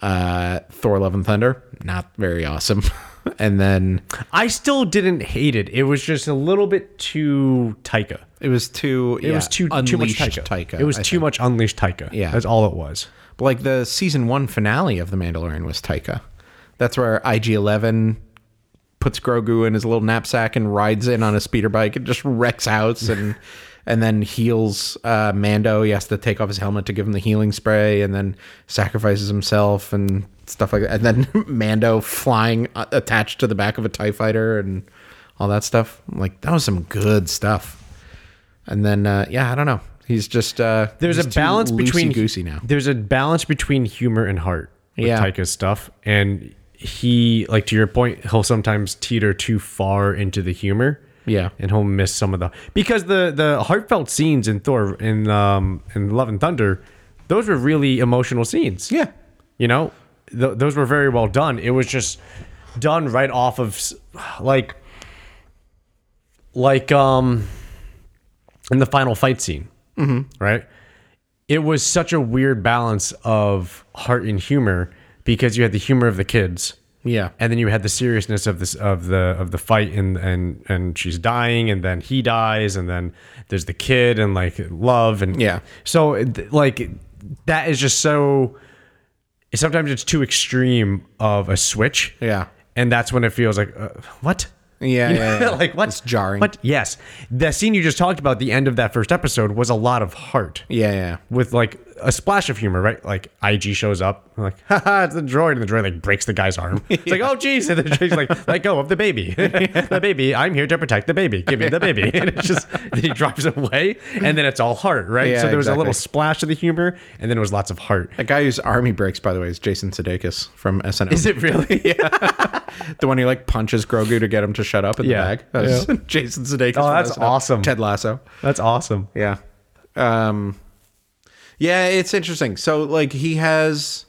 Uh, Thor Love and Thunder, not very awesome. and then I still didn't hate it. It was just a little bit too Taika. it was too. It was too too much Taika. It was too much unleashed Taika. Yeah. that's all it was. like the season one finale of The Mandalorian was Taika. That's where IG Eleven puts Grogu in his little knapsack and rides in on a speeder bike and just wrecks house and and then heals uh, Mando. He has to take off his helmet to give him the healing spray and then sacrifices himself and stuff like that. And then Mando flying uh, attached to the back of a Tie Fighter and all that stuff. I'm like that was some good stuff. And then uh, yeah, I don't know. He's just uh, there's a he's too balance between loosey-goosey now. There's a balance between humor and heart with Yeah. Taika's stuff, and he like to your point, he'll sometimes teeter too far into the humor. Yeah. and he'll miss some of the because the the heartfelt scenes in Thor in um in Love and Thunder, those were really emotional scenes. Yeah. you know, th- those were very well done. It was just done right off of s- like like um in the final fight scene, Mm-hmm. right? It was such a weird balance of heart and humor because you had the humor of the kids, Yeah. and then you had the seriousness of this of the of the fight and and and she's dying and then he dies and then there's the kid and like love and Yeah. so it- like that is just so sometimes it's too extreme of a switch Yeah. and that's when it feels like uh, what Yeah, You yeah, know, yeah. like what It's jarring. what yes the scene you just talked about the end of that first episode was a lot of heart Yeah, yeah. with like a splash of humor, right? Like IG shows up, I'm like haha, it's the droid, and the droid like breaks the guy's arm. It's like oh geez, and the droid's like let go of the baby, the baby. I'm here to protect the baby. Give me the baby, and it's just he drives away, and then it's all heart, right? Yeah, so there was a exactly. little splash of the humor, and then it was lots of heart. The guy whose army breaks, by the way, is Jason Sudeikis from SNL. Is it really? Yeah. the one who like punches Grogu to get him to shut up in Yeah. Oh, the bag? That's Jason Sudeikis. from that's SNL. awesome. Ted Lasso. That's awesome. Yeah. Um Yeah, it's interesting. So like he has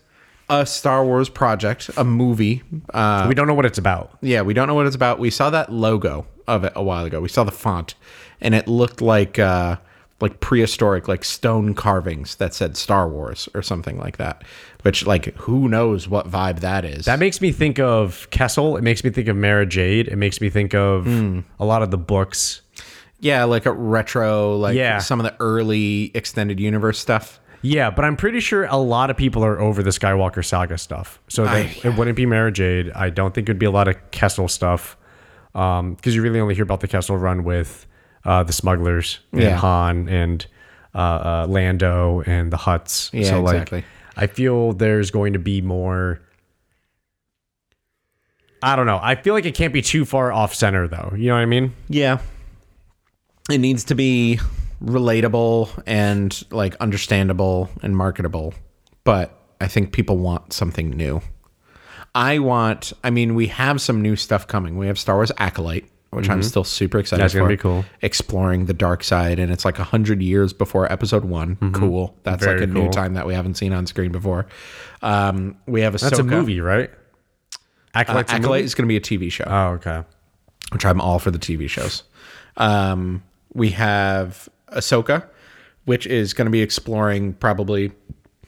a Star Wars project, a movie. Uh We don't know what it's about. yeah, we don't know what it's about. We saw that logo of it a while ago. We saw the font and it looked like uh like prehistoric like stone carvings that said Star Wars or something like that. Which like who knows what vibe that is. That makes me think of Kessel. It makes me think of Mara Jade. It makes me think of a lot of the books. yeah, like a retro like Yeah. some of the early extended universe stuff. Yeah, but I'm pretty sure a lot of people are over the Skywalker Saga stuff. So they, it wouldn't be Mara Jade. I don't think it would be a lot of Kessel stuff because you really only hear about the Kessel run with uh, the smugglers and Yeah. Han and uh, uh, Lando and the Huts. Yeah, so like, exactly. I feel there's going to be more. I don't know. I feel like it can't be too far off center, though. You know what I mean? Yeah. It needs to be relatable and like understandable and marketable. But I think people want something new. I want, I mean, we have some new stuff coming. We have Star Wars Acolyte, which I'm still super excited Mm-hmm. That's for. gonna be cool. Exploring the dark side. And it's like 100 years before episode one. Cool. That's Mm-hmm. Very like a new cool. time that we haven't seen on screen before. Um, we have That's a Ahsoka. movie, right? Acolyte's a Acolyte movie? is going to be a TV show Oh, okay. which I'm all for the TV shows. Um, we have Ahsoka, which is going to be exploring probably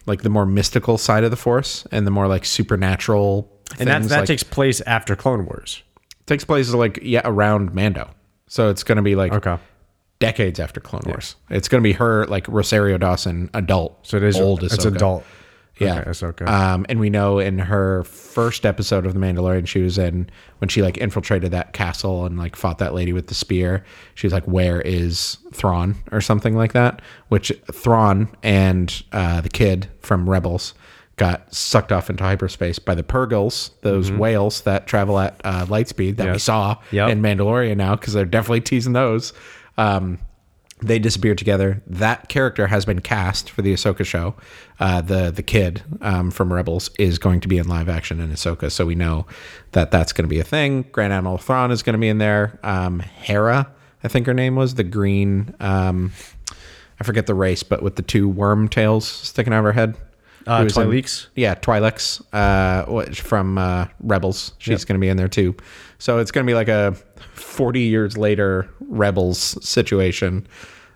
like the more mystical side of the Force and the more like supernatural. And that's, things, that like- takes place after Clone Wars. takes place like yeah around Mando, so it's going to be like Okay. decades after Clone Wars. It's going to be her like Rosario Dawson, adult. So it is old. It's Ahsoka. adult. Yeah. Okay, Ahsoka. Um, and we know in her first episode of The Mandalorian, she was in when she like infiltrated that castle and like fought that lady with the spear. She was like, "Where is Thrawn?" or something like that. Which Thrawn and uh, the kid from Rebels got sucked off into hyperspace by the Purgles, those whales that travel at uh, light speed that we Mm-hmm. Yes. saw Yep. in Mandalorian now because they're definitely teasing those. Um, they disappear together. That character has been cast for the Ahsoka show. Uh, the the kid um, from Rebels is going to be in live action in Ahsoka, so we know that that's going to be a thing. Grand Admiral Thrawn is going to be in there. Um, Hera, I think her name was the green. Um, I forget the race, but with the two worm tails sticking out of her head. Uh, Who was in- Twi'leks? yeah, Twi'leks, uh, which- from uh, Rebels. She's going to be in there too. So it's going to be like a 40 years later Rebels situation.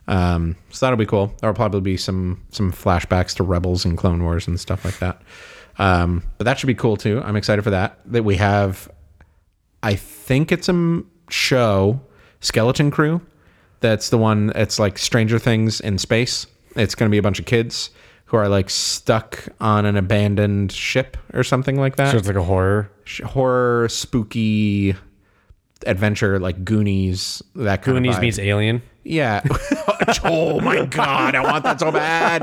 Um, so that'll be cool. There'll probably be some some flashbacks to Rebels and Clone Wars and stuff like that. Um, but that should be cool too. I'm excited for that. That we have, I think it's a m- show, Skeleton Crew. That's the one. It's like Stranger Things in space. It's going to be a bunch of kids who are like stuck on an abandoned ship or something like that so it's like a horror. sh- horror, spooky adventure like Goonies. That kind Goonies of vibe. meets Alien. yeah. oh my god, I want that so bad.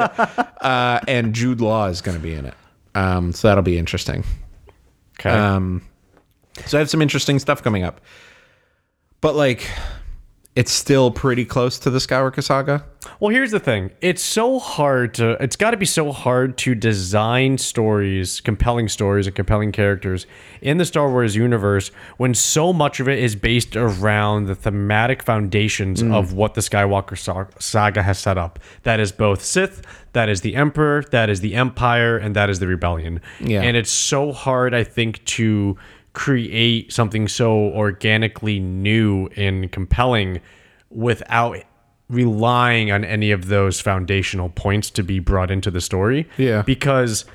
Uh, and Jude Law is going to be in it, um, so that'll be interesting. Okay. So I have some interesting stuff coming up, but like, it's still pretty close to the Skywalker saga. well, here's the thing. It's so hard to. It's got to be so hard to design stories, compelling stories, and compelling characters in the Star Wars universe when so much of it is based around the thematic foundations Mm. of what the Skywalker sa- saga has set up. That is both Sith. That is the Emperor. That is the Empire, and that is the Rebellion. Yeah. And it's so hard, I think, to create something so organically new and compelling without relying on any of those foundational points to be brought into the story. Yeah. Because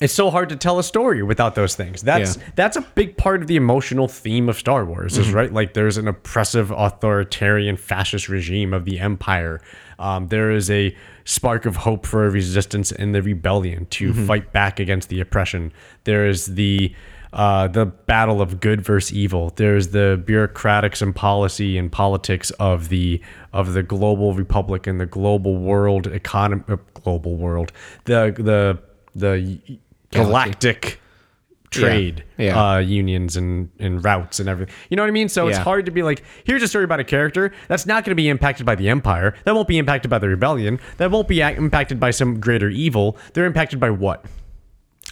it's so hard to tell a story without those things. That's Yeah. that's a big part of the emotional theme of Star Wars, is right? Like there's an oppressive, authoritarian, fascist regime of the Empire. Um, there is a spark of hope for resistance in the rebellion to fight back against the oppression. There is the uh, the battle of good versus evil. There's the bureaucratics and policy and politics of the of the global republic and the global world economy, uh, global world, the the the y- galactic trade Yeah. Uh, unions and and routes and everything. You know what I mean? So it's Yeah. hard to be like, here's a story about a character that's not going to be impacted by the empire. That won't be impacted by the rebellion. That won't be ac- impacted by some greater evil. They're impacted by what?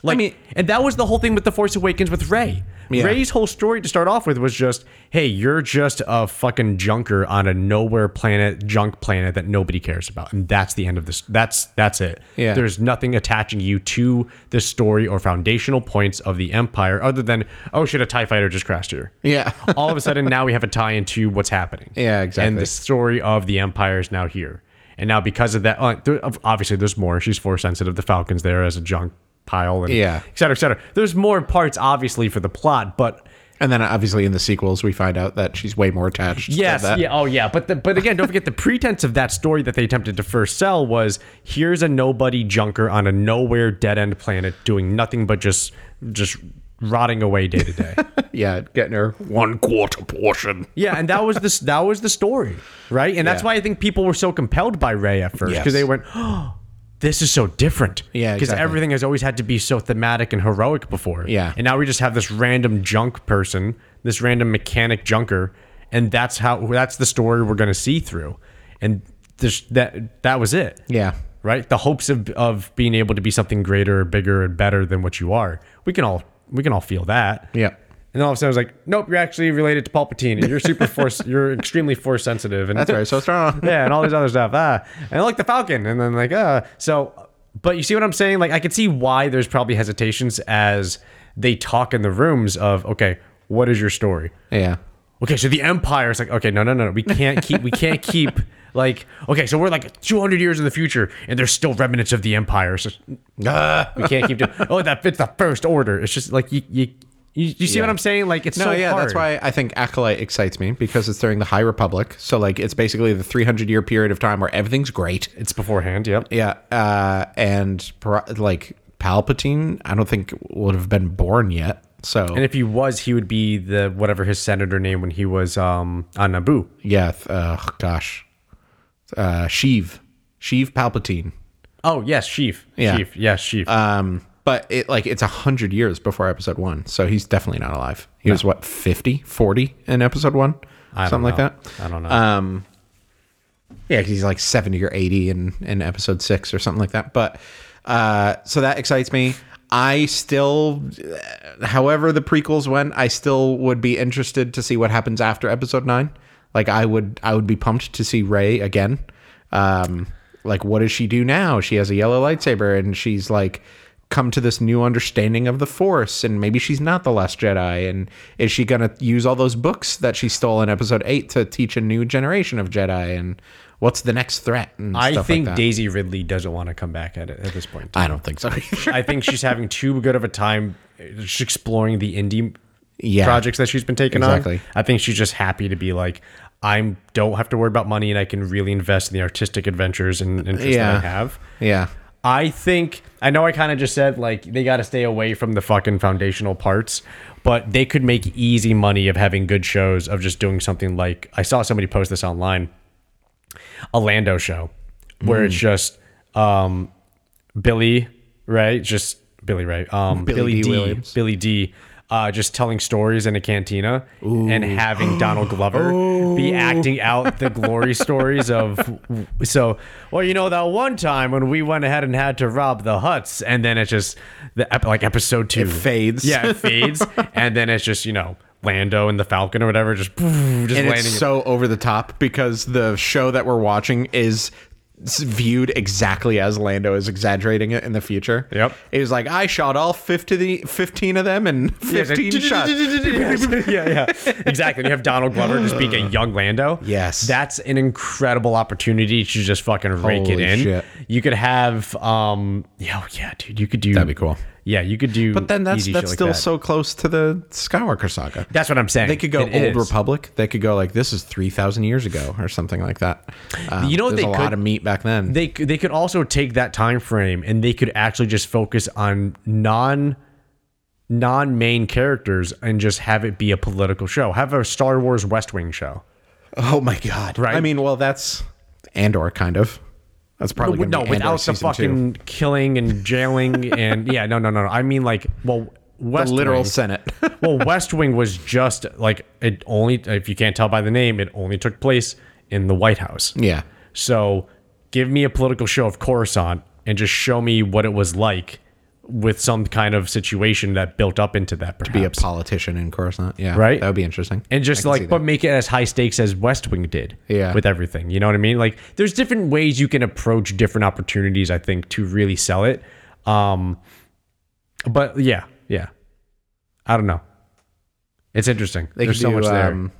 Like, mean- and that was the whole thing with the Force Awakens with Ray. Yeah. Ray's whole story to start off with was just, hey, you're just a fucking junker on a nowhere planet, junk planet that nobody cares about, and that's the end of this. That's that's it. Yeah. There's nothing attaching you to the story or foundational points of the Empire, other than oh shit, a Tie Fighter just crashed here. Yeah. All of a sudden, now we have a tie into what's happening. Yeah, And exactly. the story of the Empire is now here. And now because of that, uh, there, obviously there's more. She's force sensitive. The Falcon's there as a junk pile, and Yeah. et cetera, et cetera. There's more parts, obviously, for the plot, but and then obviously in the sequels we find out that she's way more attached. to Yes. that. Yeah. Oh, yeah. But the, but again, don't forget the pretense of that story that they attempted to first sell was here's a nobody junker on a nowhere dead end planet doing nothing but just just rotting away day to day. Yeah, getting her one quarter portion. Yeah, and that was this that was the story, right? And that's Yeah. why I think people were so compelled by Ray at first Yes. because they went, "Oh, this is so different." Yeah, because exactly. everything has always had to be so thematic and heroic before. Yeah. and now we just have this random junk person, this random mechanic junker, and that's how that's the story we're going to see through, and this, that that was it. Yeah. right. The hopes of of being able to be something greater, bigger, and better than what you are. We can all we can all feel that. Yeah. And then all of a sudden, I was like, "Nope, you're actually related to Palpatine. You're super force. you're extremely force sensitive." And That's right. So strong. yeah, and all these other stuff. Ah, and like the Falcon, and then like ah. So, but you see what I'm saying? Like, I could see why there's probably hesitations as they talk in the rooms of, okay, what is your story? Yeah. Okay, so the Empire is like, okay, no, no, no, no. We can't keep. We can't keep. Like, okay, so we're like 200 years in the future, and there's still remnants of the Empire. So Ah, we can't keep doing. Oh, that fits the First Order. It's just like you. you you, you see what I'm saying? Like it's No, so yeah, that's why hard. I think Acolyte excites me because it's during the High Republic. So like it's basically the 300 year period of time where everything's great. It's beforehand, yep. Yeah, uh, and pro- like Palpatine, I don't think would have been born yet. So And if he was, he would be the whatever his senator name when he was um on Naboo. yeah, th- uh, gosh, uh, Sheev, Sheev Palpatine. Oh yes, Sheaf. Yeah. Sheaf. Yes, Sheaf. Um, but it like it's a hundred years before Episode One, so he's definitely not alive. He was what 50, 40 in Episode One, I don't something like know. that. I don't know. Um, yeah, 'cause he's like 70 or 80 in, in episode six or something like that. But uh, so that excites me. I still, however, the prequels went, I still would be interested to see what happens after episode nine. Like I would, I would be pumped to see Ray again. Um, like what does she do now? She has a yellow lightsaber and she's like come to this new understanding of the force and maybe she's not the last jedi and is she going to use all those books that she stole in episode 8 to teach a new generation of jedi and what's the next threat and I stuff think like that. Daisy Ridley doesn't want to come back at it at this point. i don't think so either. I think she's having too good of a time just exploring the indie Yeah. projects that she's been taking Exactly. on. I think she's just happy to be like, I don't have to worry about money and I can really invest in the artistic adventures and interests that Yeah. I have. yeah I think I know I kind of just said like they got to stay away from the fucking foundational parts, but they could make easy money of having good shows of just doing something like I saw somebody post this online, a Lando show where Mm. it's just um Billy Ray, just Billy Ray, um Billy Billy, D. D, Williams. Billy D. Uh, just telling stories in a cantina and having Donald Glover Oh. be acting out the glory stories of so well you know that one time when we went ahead and had to rob the huts and then it's just the ep- like episode two fades. yeah it fades and then it's just you know Lando and the Falcon or whatever just, just and landing it's so over the top because the show that we're watching is s- viewed exactly as Lando is exaggerating it in the future. Yep. He was like, I shot all 50, the- 15 of them and 15 shots. yeah, yeah, exactly. You have Donald Glover just being a young Lando. Yes. that's an incredible opportunity to just fucking rake Holy it in. shit. You could have, um, yeah, oh, yeah, dude, you could do That'd be cool. Yeah, you could do. But then that's easy shit that's like still that. so close to the Skywalker saga. That's what I'm saying. They could go It Old is. Republic. They could go like this is three thousand years ago or something like that. Um, You know what there's they a could- lot of meat back then. They c- they could also take that time frame and they could actually just focus on non non main characters and just have it be a political show. Have a Star Wars West Wing show. oh my god! Right? I mean, well, that's Andor kind of. That's probably gonna no, be Andor without season the two. fucking killing and jailing and yeah, no, no, no, no. I mean like, well, The West literal Wing, Senate. well, West Wing was just like it only. If you can't tell by the name, it only took place in the White House. yeah, So give me a political show of Coruscant and just show me what it was like with some kind of situation that built up into that. Perhaps. be a politician in Coruscant. Yeah, Right? That would be interesting. and just see like, but that. make it as high stakes as West Wing did. Yeah. With everything. You know what I mean? Like, there's different ways you can approach different opportunities, I think, to really sell it. Um, but yeah, yeah. I don't know. It's interesting. They there's could so do, much there. um,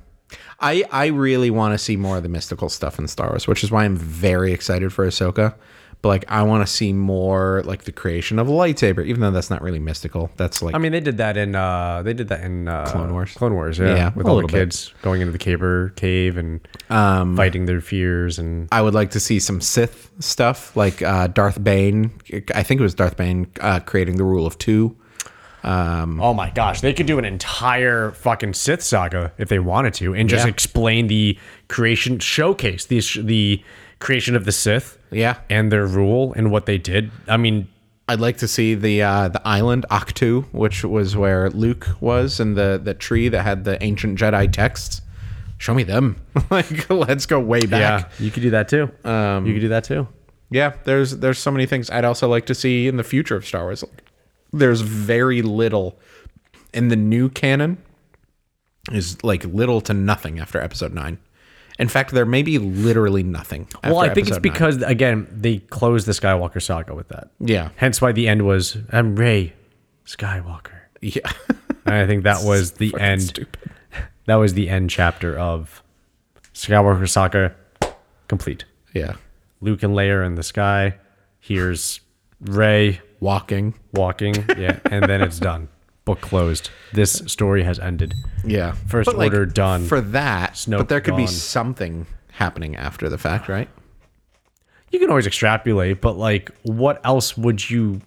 I I really want to see more of the mystical stuff in Star Wars, which is why I'm very excited for Ahsoka. But like, I want to see more like the creation of a lightsaber, even though that's not really mystical. That's like I mean, they did that in uh, they did that in uh, Clone Wars. Clone Wars, yeah, Yeah, with a all the little bit. kids going into the caber cave and Um, fighting their fears and I would like to see some Sith stuff, like uh, Darth Bane. I think it was Darth Bane uh, creating the rule of two. oh my gosh, they could do an entire fucking Sith saga if they wanted to, and just Yeah. explain the creation, showcase the the creation of the Sith, Yeah, and their rule and what they did. I mean, I'd like to see the uh, the island Octu, which was where Luke was, and the the tree that had the ancient Jedi texts. Show me them. like, let's go way back. you could do that too. Um, you could do that too. yeah there's there's so many things i'd also like to see in the future of star wars there's very little in the new canon is like little to nothing after episode 9 in fact there may be literally nothing Well, after I think it's episode nine. because again they closed the Skywalker saga with that. yeah Hence why the end was I'm Ray Skywalker. yeah And I think that was the Fucking end. stupid. That was the end chapter of Skywalker Saga complete. yeah Luke and Leia in the sky. Here's Ray walking walking. Yeah, and then it's done. Book closed. This story has ended. yeah First Order done. for that Snoke but there could be gone. something happening after the fact right You can always extrapolate, but like, what else would you?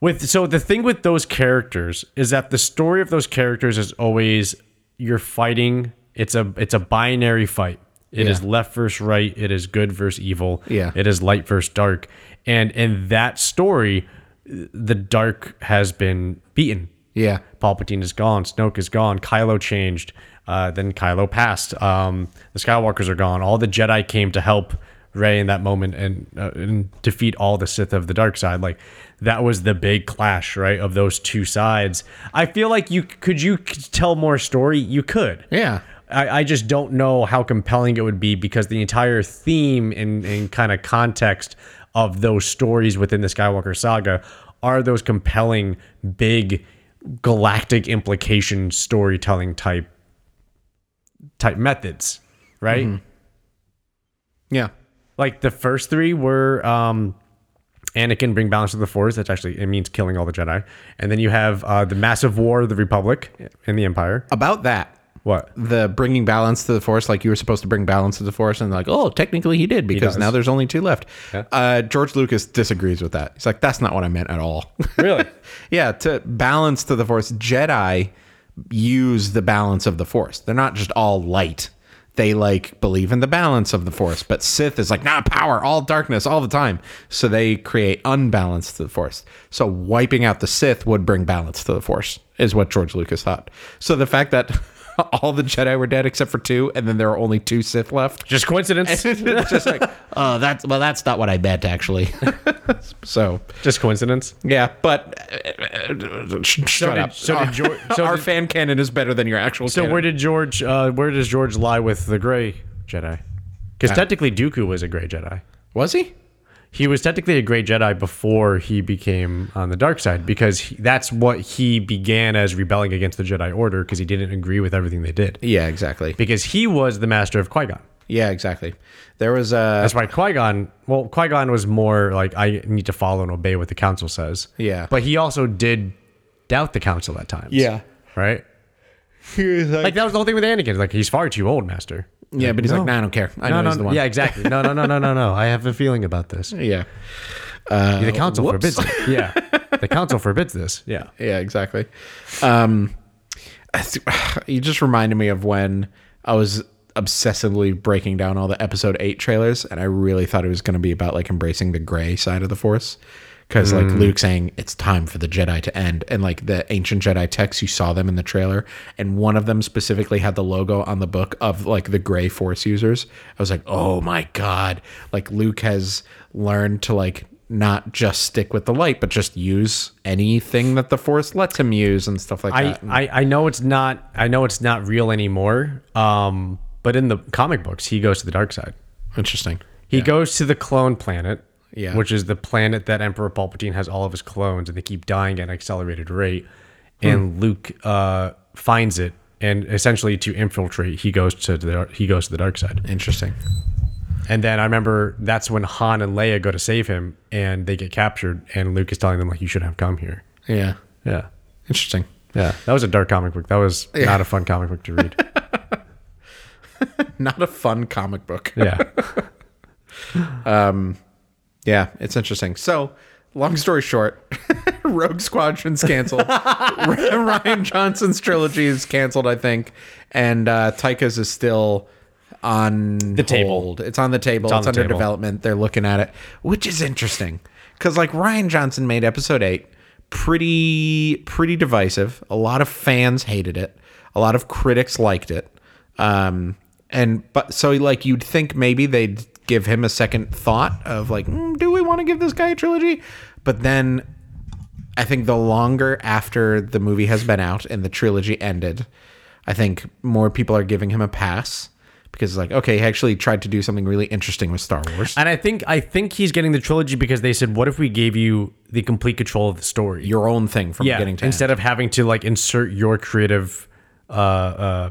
With so the thing with those characters is that the story of those characters is always you're fighting. It's a it's a binary fight. It is Yeah. left versus right. It is good versus evil. Yeah. It is light versus dark. And in that story, the dark has been beaten. yeah Palpatine is gone. Snoke is gone. Kylo changed. Uh, then Kylo passed. Um, the Skywalkers are gone. All the Jedi came to help Rey in that moment and, uh, and defeat all the Sith of the dark side. Like that was the big clash, right, of those two sides. I feel like you could you c- tell more story. You could. yeah I, I just don't know how compelling it would be because the entire theme and, and kind of context of those stories within the Skywalker saga are those compelling, big, galactic implication storytelling type type methods, right? yeah Like the first three were um, Anakin bring balance to the Force. That's actually it means killing all the Jedi, and then you have uh, the massive war of the Republic and the Empire. about that What? the bringing balance to the force, like you were supposed to bring balance to the force, and like, oh, technically he did because does. now there's only two left. Uh, George Lucas disagrees with that. He's like, that's not what I meant at all. Really? yeah, to balance to the force, Jedi use the balance of the force. They're not just all light. They like believe in the balance of the force, but Sith is like, nah, power, all darkness, all the time. So they create unbalance to the force. So wiping out the Sith would bring balance to the force, is what George Lucas thought. So the fact that all the Jedi were dead except for two, and then there are only two Sith left. Just coincidence. it's just like, oh, that's well, that's not what I meant actually. so just coincidence. yeah, but uh, sh- shut did- up. so did Geor- so our did- fan canon is better than your actual. So canon. where did George? Uh, where does George lie with the Gray Jedi? Because technically, Dooku was a gray Jedi. Was he? He was technically a gray Jedi before he became on the dark side, because he, that's what he began as rebelling against the Jedi Order, because he didn't agree with everything they did. Yeah, exactly. Because he was the master of Qui Gon. Yeah, exactly. There was uh, a That's why Qui Gon. Well, Qui Gon was more like I need to follow and obey what the council says. Yeah. but he also did doubt the council at times. Yeah. right. like, Like that was the whole thing with Anakin. Like he's far too old, Master. yeah, but he's like, nah, I don't care. I know no, he's no, the one. yeah, exactly. No, no, no, no, no, no. I have a feeling about this. yeah, the council whoops. forbids it. Uh, Yeah, the council forbids this. Yeah, yeah, exactly. Um, you just reminded me of when I was obsessively breaking down all the episode eight trailers, and I really thought it was going to be about like embracing the gray side of the Force. Because like Luke saying it's time for the Jedi to end, and like the ancient Jedi texts you saw them in the trailer, and one of them specifically had the logo on the book of like the gray Force users. I was like, oh my god! Like Luke has learned to like not just stick with the light, but just use anything that the Force lets him use and stuff like I, that. I, I know it's not. I know it's not real anymore. Um, but in the comic books, he goes to the dark side. Interesting. He goes to the clone planet, Yeah. which is the planet that Emperor Palpatine has all of his clones, and they keep dying at an accelerated rate. And Luke uh, finds it, and essentially to infiltrate, he goes to the he goes to the dark side. Interesting. And then I remember that's when Han and Leia go to save him, and they get captured, and Luke is telling them like, "You shouldn't have come here." Yeah. Yeah, Interesting. yeah, that was a dark comic book. That was not a fun comic book to read. Not a fun comic book. yeah, Yeah, it's interesting. So, long story short, Rogue Squadron's canceled. Ryan Johnson's trilogy is canceled, I think, and uh, Taika's is still on the table. It's on the table. It's, on the under table. development. They're looking at it, which is interesting because like Ryan Johnson made Episode Eight pretty pretty divisive. A lot of fans hated it. A lot of critics liked it. Um, and but so like you'd think maybe they'd give him a second thought of like, "Mm, do we want to give this guy a trilogy? But then I think the longer after the movie has been out and the trilogy ended, I think more people are giving him a pass because it's like, okay, he actually tried to do something really interesting with Star Wars. and I think I think he's getting the trilogy because they said, "What if we gave you the complete control of the story?" Your own thing from beginning to instead of having to like insert your creative uh, uh,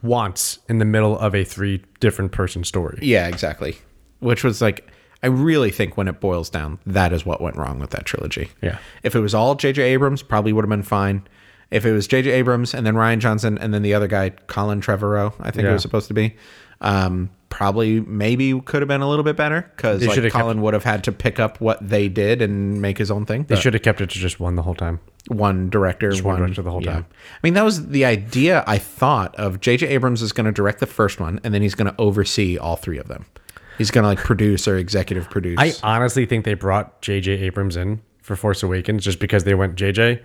wants in the middle of a three different person story. end. Yeah, exactly. Which was like, I really think when it boils down, that is what went wrong with that trilogy. Yeah. If it was all J.J. Abrams, probably would have been fine. If it was J.J. Abrams and then Ryan Johnson and then the other guy, Colin Trevorrow, I think it Yeah. was supposed to be, um, probably maybe could have been a little bit better because like, should Colin have kept- would have had to pick up what they did and make his own thing. They should have kept it to just one the whole time. one director, one one director the whole time. I mean, that was the idea I thought of. J.J. Abrams is going to direct the first one, and then he's going to oversee all three of them. He's going to like produce or executive produce. I honestly think they brought J.J. Abrams in for Force Awakens just because they went J.J.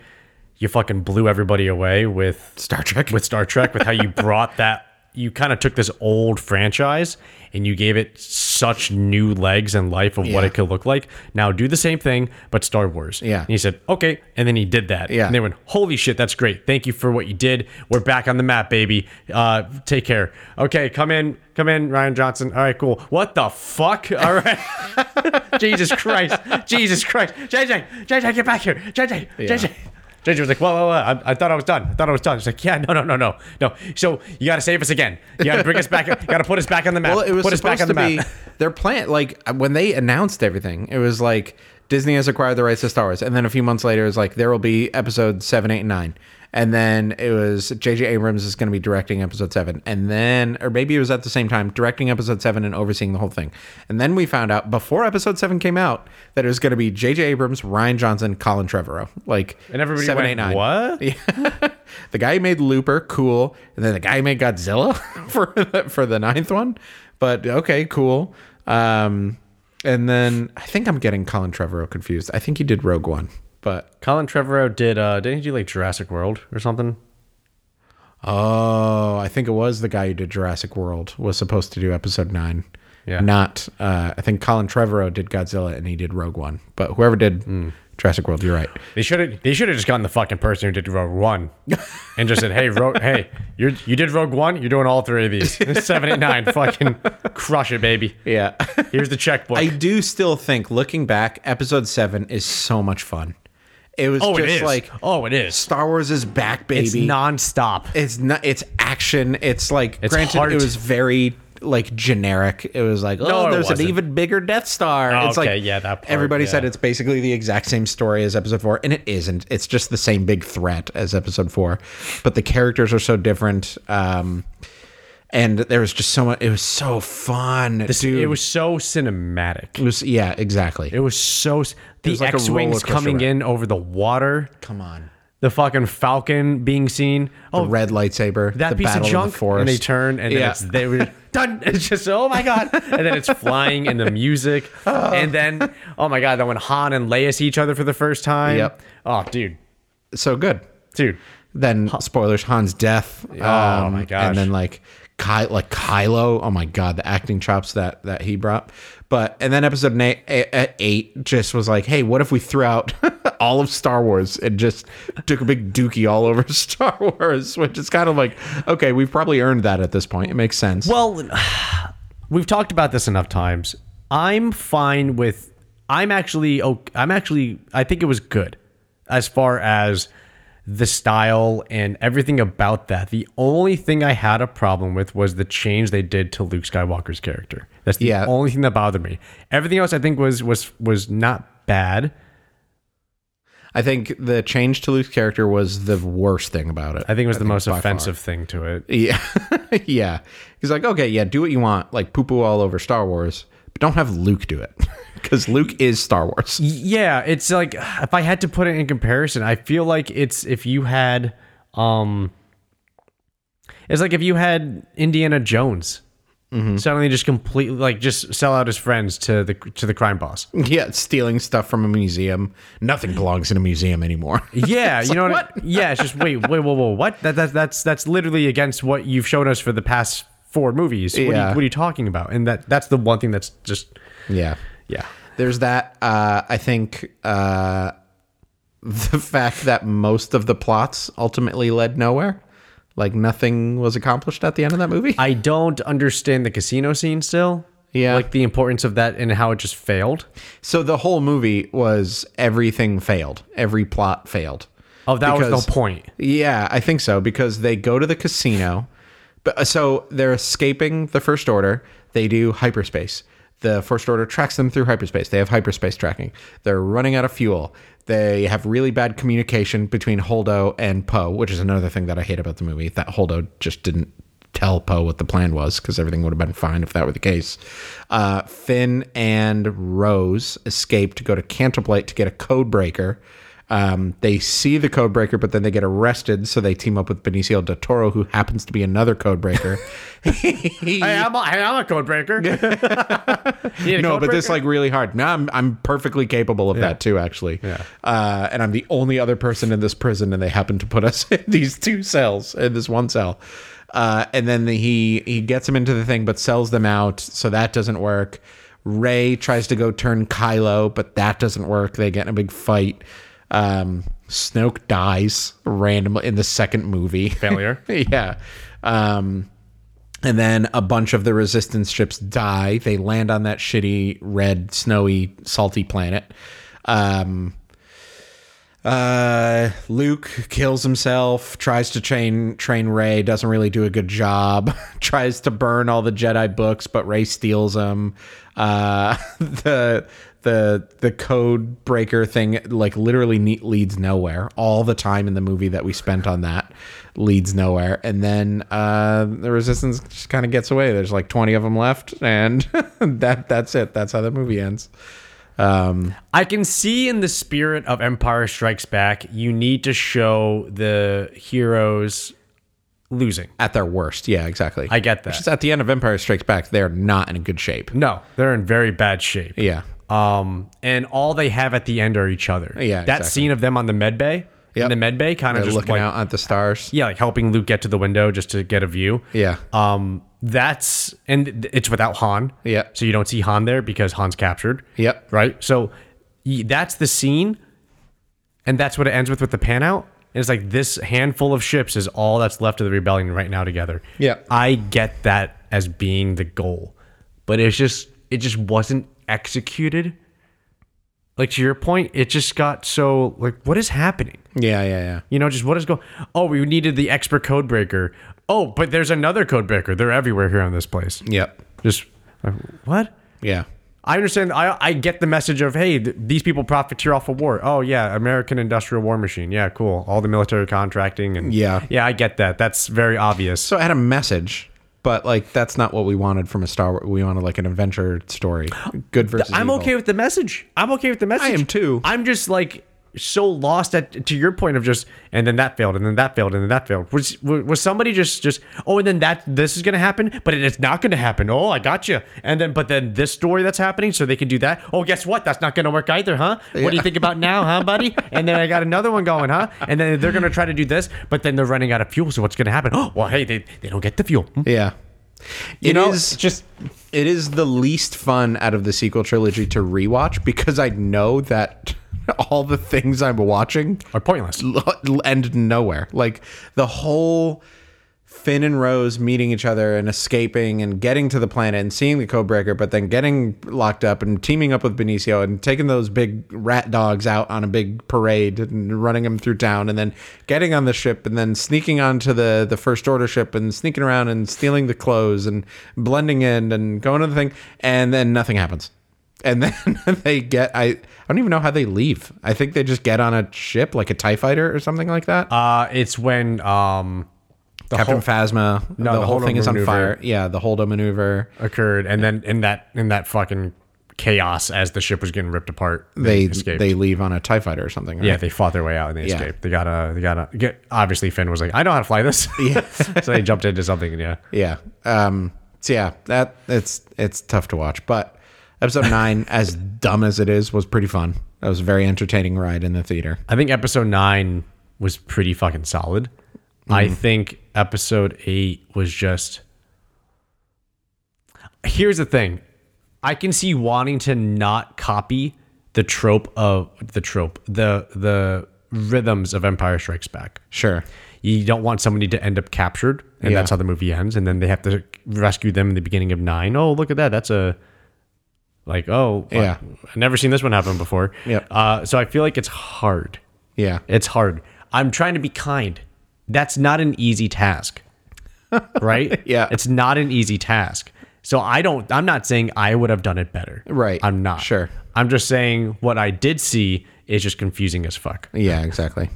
You fucking blew everybody away with Star Trek. with Star Trek with how you brought that. You kind of took this old franchise and you gave it such new legs and life of what Yeah. it could look like. Now do the same thing, but Star Wars. Yeah. And he said, okay. And then he did that. Yeah. And they went, holy shit, that's great. Thank you for what you did. We're back on the map, baby. Uh, take care. Okay, come in. Come in, Ryan Johnson. All right, cool. What the fuck? All right. Jesus Christ. Jesus Christ. JJ, JJ, get back here. JJ, JJ. JJ was like, whoa, whoa, whoa. I, I thought I was done. I thought I was done. She's like, yeah, no, no, no, no, no. So you got to save us again. You got to bring us back. You got to put us back on the map. Well, it was put us supposed back on to the be map. their plan. Like when they announced everything, it was like Disney has acquired the rights to Star Wars, and then a few months later, it was like there will be episode seven, eight, and nine. And then it was J.J. Abrams is going to be directing episode seven, and then, or maybe it was at the same time, directing episode seven and overseeing the whole thing. And then we found out before episode seven came out that it was going to be J.J. Abrams, Ryan Johnson, Colin Trevorrow, like And everybody seven, went, eight, nine. what? The guy who made Looper, cool, and then the guy who made Godzilla for the, for the ninth one. But okay, cool. Um, and then I think I'm getting Colin Trevorrow confused. I think he did Rogue One, but Colin Trevorrow did, uh, didn't he do like Jurassic World or something? oh, I think it was the guy who did Jurassic World was supposed to do Episode Nine, Yeah. Not, uh, I think Colin Trevorrow did Godzilla and he did Rogue One, but whoever did Hmm. Jurassic World, you're right. They should have. They should have just gotten the fucking person who did Rogue One, and just said, "Hey, Rogue, hey, you you did Rogue One. You're doing all three of these. Seven, eight, nine. Fucking crush it, baby. Yeah. Here's the checkbook. I do still think looking back, episode seven is so much fun. It was oh, just it is. like oh, it is. Star Wars is back, baby. It's nonstop. it's not it's action it's like It's granted heart. it was very like generic it was like oh it there's wasn't. an even bigger death star Oh, it's okay, like yeah, that part, everybody yeah. said it's basically the exact same story as episode 4 and it isn't it's just the same big threat as episode 4 but the characters are so different um and there was just so much it was so fun dude It was so cinematic. It was- yeah exactly It was so s- the was like a roller X-wings coaster coming ride. in over the water. come on The fucking Falcon being seen. the Oh, red lightsaber that the piece of battle in junk. the forest And they turn, and then Yeah. it's they were done. It's just oh my god, and then it's flying, and the music, Ah. and then oh my god, then when Han and Leia see each other for the first time. Yep. Oh, dude, so good dude. then spoilers Han's death. um, Oh, my gosh. And then like Ky- like Kylo. Oh my god, the acting chops that that he brought. But and then episode eight, eight just was like, hey, what if we threw out all of Star Wars and just took a big dookie all over Star Wars, which is kind of like, okay, we've probably earned that at this point. It makes sense. Well, we've talked about this enough times. I'm fine with. I'm actually. oh, I'm actually. I think it was good, as far as the style and everything about that. The only thing I had a problem with was the change they did to Luke Skywalker's character. That's the Yeah. only thing that bothered me. Everything else I think was was was not bad. I think the change to Luke's character was the worst thing about it. I think it was the most offensive thing to it. Yeah. yeah. He's like, okay, yeah, do what you want. Like, poo poo all over Star Wars, but don't have Luke do it. Because Luke is Star Wars. Yeah, it's like if I had to put it in comparison, I feel like it's if you had um it's like if you had Indiana Jones Mm-hmm. suddenly just completely like just sell out his friends to the to the crime boss. Yeah, stealing stuff from a museum. Nothing belongs in a museum anymore. Yeah, you know like, what? I- yeah, it's just wait, wait, whoa, whoa, what? That, that that's that's literally against what you've shown us for the past four movies. What, are Yeah. you, what are you talking about? And that that's the one thing that's just yeah. yeah. There's that. Uh, I think uh, the fact that most of the plots ultimately led nowhere. Like, nothing was accomplished at the end of that movie. I don't understand the casino scene still. Yeah. Like the importance of that and how it just failed. so the whole movie was everything failed, every plot failed. Oh, that was Because- the point. Yeah, I think so because they go to the casino. But uh, so they're escaping the First Order. They do hyperspace. The First Order tracks them through hyperspace. They have hyperspace tracking. They're running out of fuel. They have really bad communication between Holdo and Poe, which is another thing that I hate about the movie. That Holdo just didn't tell Poe what the plan was because everything would have been fine if that were the case. Uh, Finn and Rose escape to go to Canterplate to get a code breaker. Um, they see the code breaker, but then they get arrested. So they team up with Benicio del Toro, who happens to be another code breaker. Hey, I'm a, hey, I'm a code breaker. You need a no, code but this breaker? like really hard. No, I'm I'm perfectly capable of that too, actually. Yeah. Uh, and I'm the only other person in this prison, and they happen to put us in these two cells, in this one cell. Uh, and then the, he he gets him into the thing, but sells them out, so that doesn't work. Ray tries to go turn Kylo, but that doesn't work. They get in a big fight. Um, Snoke dies randomly in the second movie. Failure. yeah. Um, and then a bunch of the resistance ships die. They land on that shitty, red, snowy, salty planet. Um, uh, Luke kills himself, tries to train train Ray, doesn't really do a good job. tries to burn all the Jedi books, but Ray steals them. Uh, the the the code breaker thing like literally ne- leads nowhere. All the time in the movie that we spent on that leads nowhere. And then uh, the resistance just kind of gets away. There's like 20 of them left, and that that's it. That's how the movie ends. I can see in the spirit of Empire Strikes Back, you need to show the heroes losing. At their worst, yeah, exactly. I get that. Just at the end of Empire Strikes Back, they're not in good shape. No, they're in very bad shape. Yeah. Um, and all they have at the end are each other. Yeah, that exactly. scene of them on the med bay. Yep. in the med bay, kind of They're just looking like out at the stars. yeah, like helping Luke get to the window just to get a view. Yeah. Um, that's and th- it's without Han. Yeah. So you don't see Han there because Han's captured. Yep. Right. So y- that's the scene, and that's what it ends with with the pan out. And it's like this handful of ships is all that's left of the rebellion right now together. Yeah. I get that as being the goal, but it's just it just wasn't executed. Like to your point, it just got so like what is happening? Yeah, yeah, yeah. You know, just what is going? Oh, we needed the extra code breaker. Oh, but there's another code breaker. They're everywhere here on this place. Yep. Just uh, what? Yeah. I understand. I I get the message of hey, th- these people profiteer off of war. Oh yeah, American industrial war machine. Yeah, cool. All the military contracting and Yeah. yeah. I get that. That's very obvious. So it had a message, but like that's not what we wanted from a Star Wars. We wanted like an adventure story. Good versus I'm evil. okay with the message. I'm okay with the message. am too. I'm just like so lost at to your point of just and then that failed and then that failed and then that failed. Was was somebody just just oh and then that this is gonna happen but it's not gonna happen. Oh I got you. And then but then this story that's happening so they can do that. Oh guess what? That's not gonna work either, huh? What do you think about now, huh, buddy? And then I got another one going, huh? And then they're gonna try to do this, but then they're running out of fuel. So what's gonna happen? Oh well, hey they they don't get the fuel. Hmm. Yeah. You it is know, it's just it is the least fun out of the sequel trilogy to rewatch because I know that all the things I'm watching are pointless. l- end nowhere. Like the whole Finn and Rose meeting each other and escaping and getting to the planet and seeing the Codebreaker, but then getting locked up and teaming up with Benicio and taking those big rat dogs out on a big parade and running them through town and then getting on the ship and then sneaking onto the, the First Order ship and sneaking around and stealing the clothes and blending in and going to the thing. And then nothing happens and then they get I I don't even know how they leave. I think they just get on a ship like a Tie Fighter or something like that. Uh, it's when um. The Captain whole- Phasma. No, the, the whole Holdo thing is on maneuver. fire. Yeah, the Holdo maneuver. occurred, and then in that in that fucking chaos as the ship was getting ripped apart, They escaped. they leave on a Tie Fighter or something. Right? yeah, they fought their way out and they Yeah. escaped. They got a they got a get, obviously Finn was like, I know how to fly this, yeah. so they jumped into something, and yeah, yeah. Um. So yeah, that it's it's tough to watch, but episode nine, as dumb as it is, was pretty fun. That was a very entertaining ride in the theater. I think episode nine was pretty fucking solid. I Mm-hmm. think episode eight was just. Here's the thing, I can see wanting to not copy the trope of the trope the the rhythms of Empire Strikes Back. Sure. you don't want somebody to end up captured and Yeah. that's how the movie ends and then they have to rescue them in the beginning of nine. Oh, look at that that's a like oh Yeah. i've never seen this one happen before Yep. uh, so i feel like it's hard Yeah. it's hard i'm trying to be kind that's not an easy task right Yeah. it's not an easy task so i don't i'm not saying i would have done it better Right. i'm not Sure. i'm just saying what i did see is just confusing as fuck Yeah, exactly.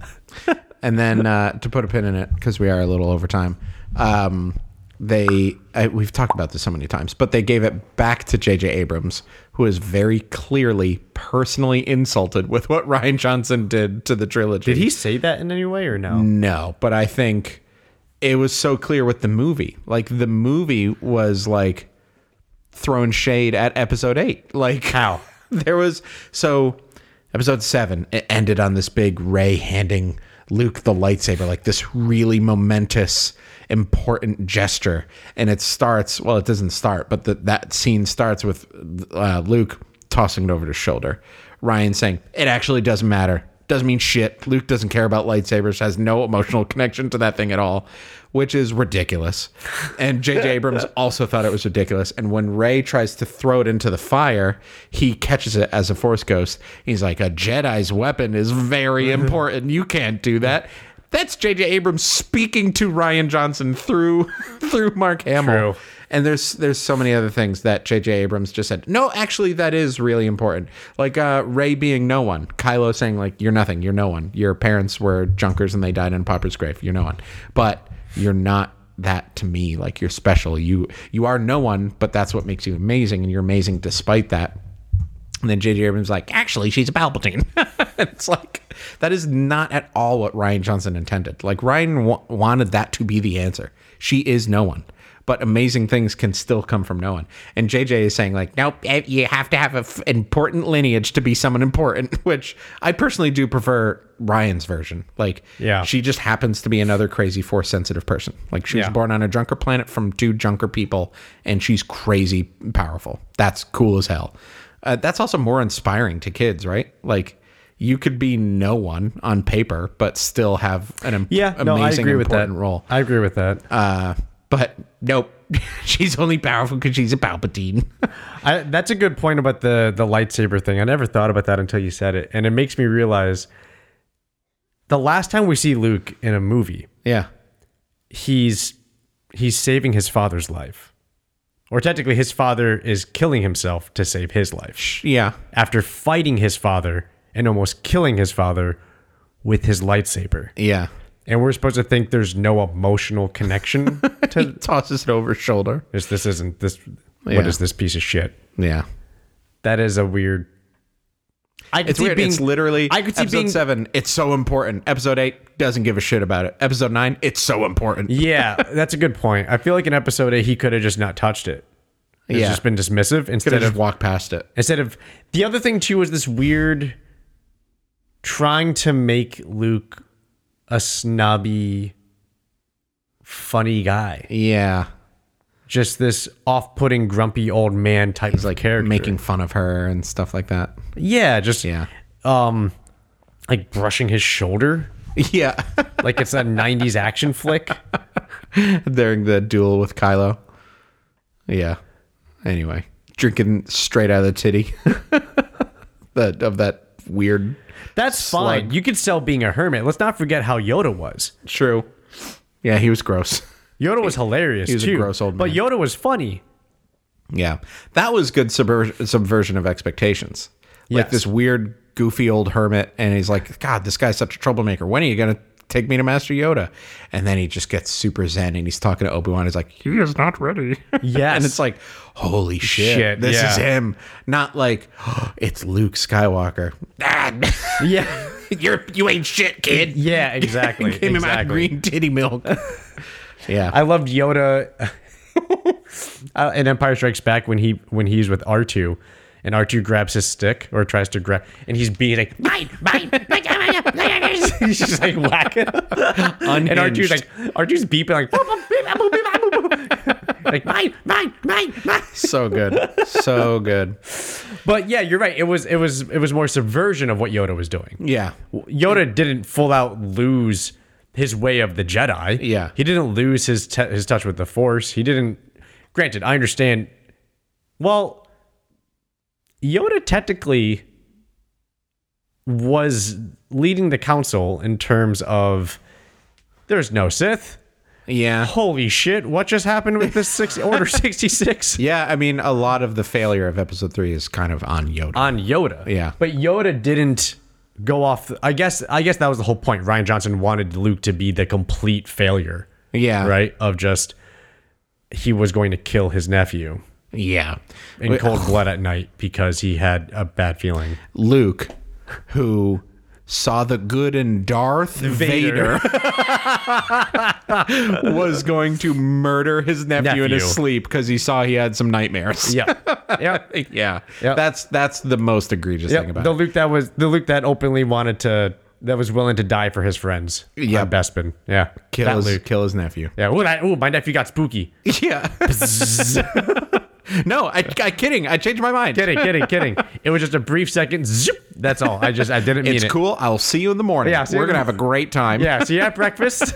and then uh, to put a pin in it, because we are a little over time, um, they I, we've talked about this so many times, but they gave it back to J.J. Abrams, who is very clearly personally insulted with what Ryan Johnson did to the trilogy. did he say that in any way or no No, but I think it was so clear with the movie. Like the movie was like throwing shade at episode eight. Like How? there was so episode seven it ended on this big Ray handing Luke the lightsaber, like this really momentous, important gesture. And it starts well, it doesn't start, but the, that scene starts with uh, Luke tossing it over to shoulder. Ryan saying, It actually doesn't matter doesn't mean shit. Luke doesn't care about lightsabers, has no emotional connection to that thing at all, which is ridiculous. And J.J. Abrams also thought it was ridiculous. And when Ray tries to throw it into the fire, he catches it as a force ghost. He's like, A Jedi's weapon is very important. You can't do that. That's J.J. Abrams speaking to Ryan Johnson through through Mark Hamill. True. And there's there's so many other things that J.J. Abrams just said. No, actually, that is really important. Like uh, Ray being no one, Kylo saying like you're nothing, you're no one. Your parents were junkers and they died in a pauper's grave. You're no one, but you're not that to me. Like you're special. You you are no one, but that's what makes you amazing, and you're amazing despite that. And then J.J. Abrams is like, actually, she's a Palpatine. it's like that is not at all what Ryan Johnson intended. Like Ryan wa- wanted that to be the answer. She is no one, but amazing things can still come from no one. And JJ is saying like, nope, eh, you have to have an f- important lineage to be someone important, which I personally do prefer Ryan's version. Like, Yeah. she just happens to be another crazy force sensitive person. Like she was Yeah. born on a junker planet from two junker people, and she's crazy powerful. That's cool as hell. Uh, that's also more inspiring to kids, right? Like you could be no one on paper, but still have an im- Yeah, amazing no, I agree with that important role. I agree with that. Uh, but nope, she's only powerful because she's a Palpatine. I, that's a good point about the the lightsaber thing. I never thought about that until you said it, and it makes me realize the last time we see Luke in a movie, yeah, he's he's saving his father's life, or technically, his father is killing himself to save his life yeah, after fighting his father and almost killing his father with his lightsaber. yeah. And we're supposed to think there's no emotional connection He to tosses it over his shoulder. this. This isn't this. Yeah. What is this piece of shit? Yeah. That is a weird. I could It's weird. it's literally I could see episode being- seven. It's so important. Episode eight doesn't give a shit about it. Episode nine, it's so important. yeah, that's a good point. I feel like in episode eight he could have just not touched it. It's Yeah. just been Could dismissive have instead just of walked past it. instead of the other thing too was this weird trying to make Luke a snobby, funny guy. Yeah, Just this off-putting, grumpy old man type of like character. making fun of her and stuff like that. yeah, just Yeah, um, like brushing his shoulder. yeah. Like it's a 90s action flick. During the duel with Kylo. Yeah. Anyway, drinking straight out of the titty. the of that weird. That's fine. You could sell being a hermit. Let's not forget how Yoda was. True. Yeah, he was gross. Yoda was hilarious was a too. gross old But man. Yoda was funny. Yeah, that was good subver- subversion of expectations. Like Yes. this weird, goofy old hermit, and he's like, "God, this guy's such a troublemaker. When are you gonna take me to Master Yoda?" And then he just gets super zen, and he's talking to Obi Wan. He's like, "He is not ready." Yes. and it's like, "Holy shit, Shit, this yeah. is him." Not like, "It's Luke Skywalker." Ah, Yeah. You're you ain't shit, kid. Yeah, exactly. Give me my exactly. green titty milk. yeah, I loved Yoda uh, in Empire Strikes Back when he when he's with R2 and R2 grabs his stick or tries to grab and he's being like mine, mine, mine, mine, mine, mine, mine." he's just like whacking. unhinged. And R2's like R2's beeping like "Boop, boop, beep, boop, beep, boop, boop." like mine, mine, mine, mine. so good, so good. But yeah, you're right. It was it was it was more subversion of what Yoda was doing. Yeah, Yoda didn't full out lose his way of the Jedi. Yeah. he didn't lose his t- his touch with the Force. He didn't. Granted, I understand. Well, Yoda technically was leading the council in terms of there's no Sith. yeah. Holy shit! What just happened with this six, Order sixty six Yeah, I mean, a lot of the failure of episode three is kind of on Yoda. on Yoda? Yeah. but Yoda didn't go off. I guess I guess that was the whole point. Ryan Johnson wanted Luke to be the complete failure. yeah, right? Of just he was going to kill his nephew Yeah, in cold blood at night because he had a bad feeling. Luke, who saw the good in Darth Vader, Vader. was going to murder his nephew, in his Nephew. sleep because he saw he had some nightmares. Yeah, yeah, yeah. Yep. That's that's the most egregious thing yeah. about The it. Luke that was the Luke that openly wanted to that was willing to die for his friends. Yeah. on Bespin. Yeah, Kill that his, Luke. kill his nephew. Yeah. Ooh, that, ooh, my nephew got spooky. Yeah. no, I, I kidding. I changed my mind. kidding, kidding, kidding. It was just a brief second. Zip. That's all. I just I didn't mean It's it. cool. I'll see you in the morning. Yeah, see you We're in gonna the- have a great time. Yeah. See you at breakfast.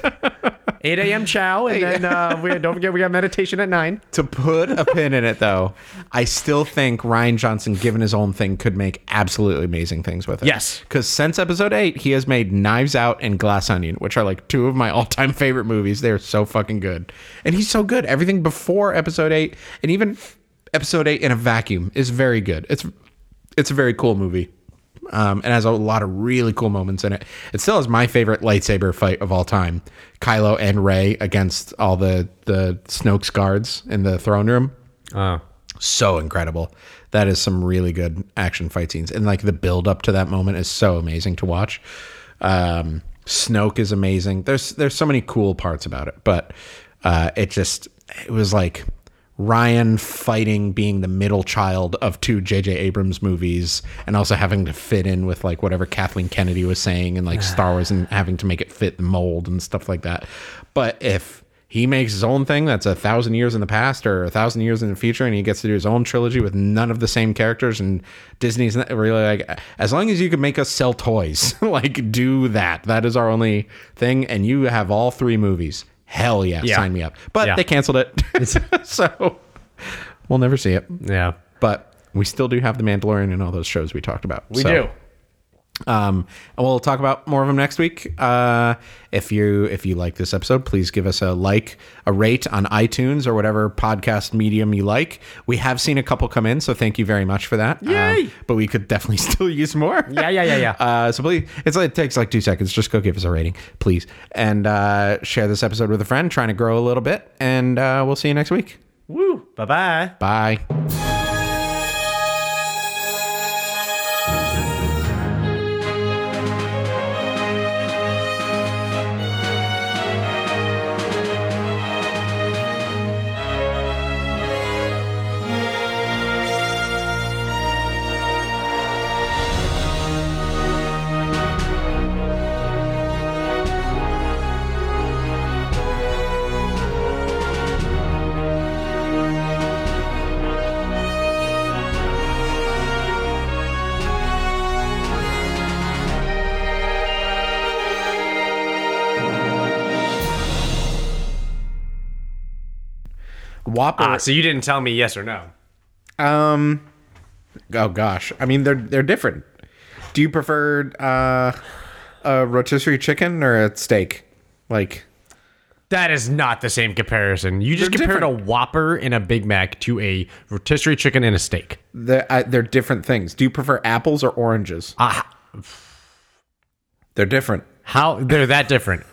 8 a.m. Chow, and then uh, we don't forget we got meditation at nine. to put a pin in it though, I still think Ryan Johnson, given his own thing, could make absolutely amazing things with it. Yes. Because since episode eight, he has made Knives Out and Glass Onion, which are like two of my all time favorite movies. They're so fucking good. And he's so good. Everything before episode eight and even episode eight in a vacuum is very good. It's it's a very cool movie. Um, and has a lot of really cool moments in it. It still has my favorite lightsaber fight of all time: Kylo and Rey against all the the Snoke's guards in the throne room Oh, so incredible. That is some really good action fight scenes, and like the build up to that moment is so amazing to watch. Um, Snoke is amazing. There's there's so many cool parts about it, but uh, it just it was like Ryan fighting being the middle child of two J.J. Abrams movies, and also having to fit in with like whatever Kathleen Kennedy was saying and like Star Wars, and having to make it fit the mold and stuff like that. But if he makes his own thing that's a thousand years in the past or a thousand years in the future, and he gets to do his own trilogy with none of the same characters, and Disney's not really like, as long as you can make us sell toys, like do that. That is our only thing, and you have all three movies. Hell yeah, Yeah. sign me up. But Yeah. they canceled it. so we'll never see it. Yeah. But we still do have The Mandalorian and all those shows we talked about. We do. Um, and we'll talk about more of them next week. Uh, if you if you like this episode, please give us a like, a rate on iTunes or whatever podcast medium you like. We have seen a couple come in, so thank you very much for that. Yay! Um, but we could definitely still use more. Yeah, yeah, yeah, yeah. Uh, so please, it's like, it takes like two seconds. Just go give us a rating, please, and uh, share this episode with a friend. Trying to grow a little bit, and uh, we'll see you next week. Woo. Bye bye. Bye. Whopper. Ah, so you didn't tell me yes or no. Um. Oh gosh, I mean they're they're different. Do you prefer uh, a rotisserie chicken or a steak? Like That is not the same comparison. You just They're compared different. a Whopper and a Big Mac to a rotisserie chicken and a steak. they're, I, uh, they're different things. Do you prefer apples or oranges? Ah, They're different. how they're that different.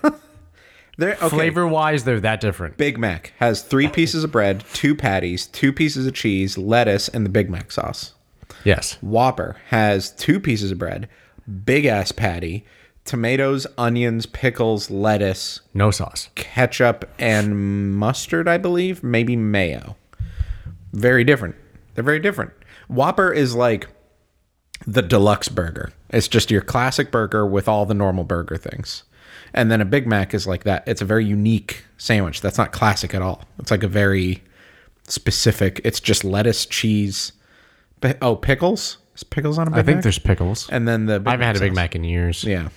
They're okay. Flavor wise, they're that different. Big Mac has three pieces of bread, two patties, two pieces of cheese, lettuce, and the Big Mac sauce. Yes. Whopper has two pieces of bread, big ass patty, tomatoes, onions, pickles, lettuce, No sauce. ketchup and mustard, I believe, maybe mayo. Very different. They're very different. Whopper is like the deluxe burger. It's just your classic burger with all the normal burger things. And then a Big Mac is like that. It's a very unique sandwich. That's not classic at all. It's like a very specific. It's just lettuce, cheese. pi- Oh, pickles? Is pickles on a Big I think Mac? there's pickles. And then the Big I haven't had a Big sauce. Mac in years. Yeah.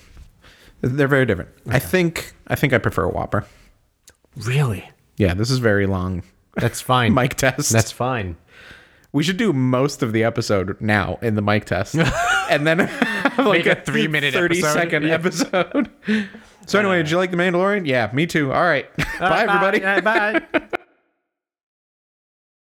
They're very different. I think I think I prefer a Whopper. Really? Yeah, this is very long. That's fine. Mic test. That's fine. we should do most of the episode now in the mic test, and then have like Make a three-minute episode. thirty-second Yeah. episode. So anyway, did you like the Mandalorian? Yeah, me too. All right, bye everybody. Bye. bye.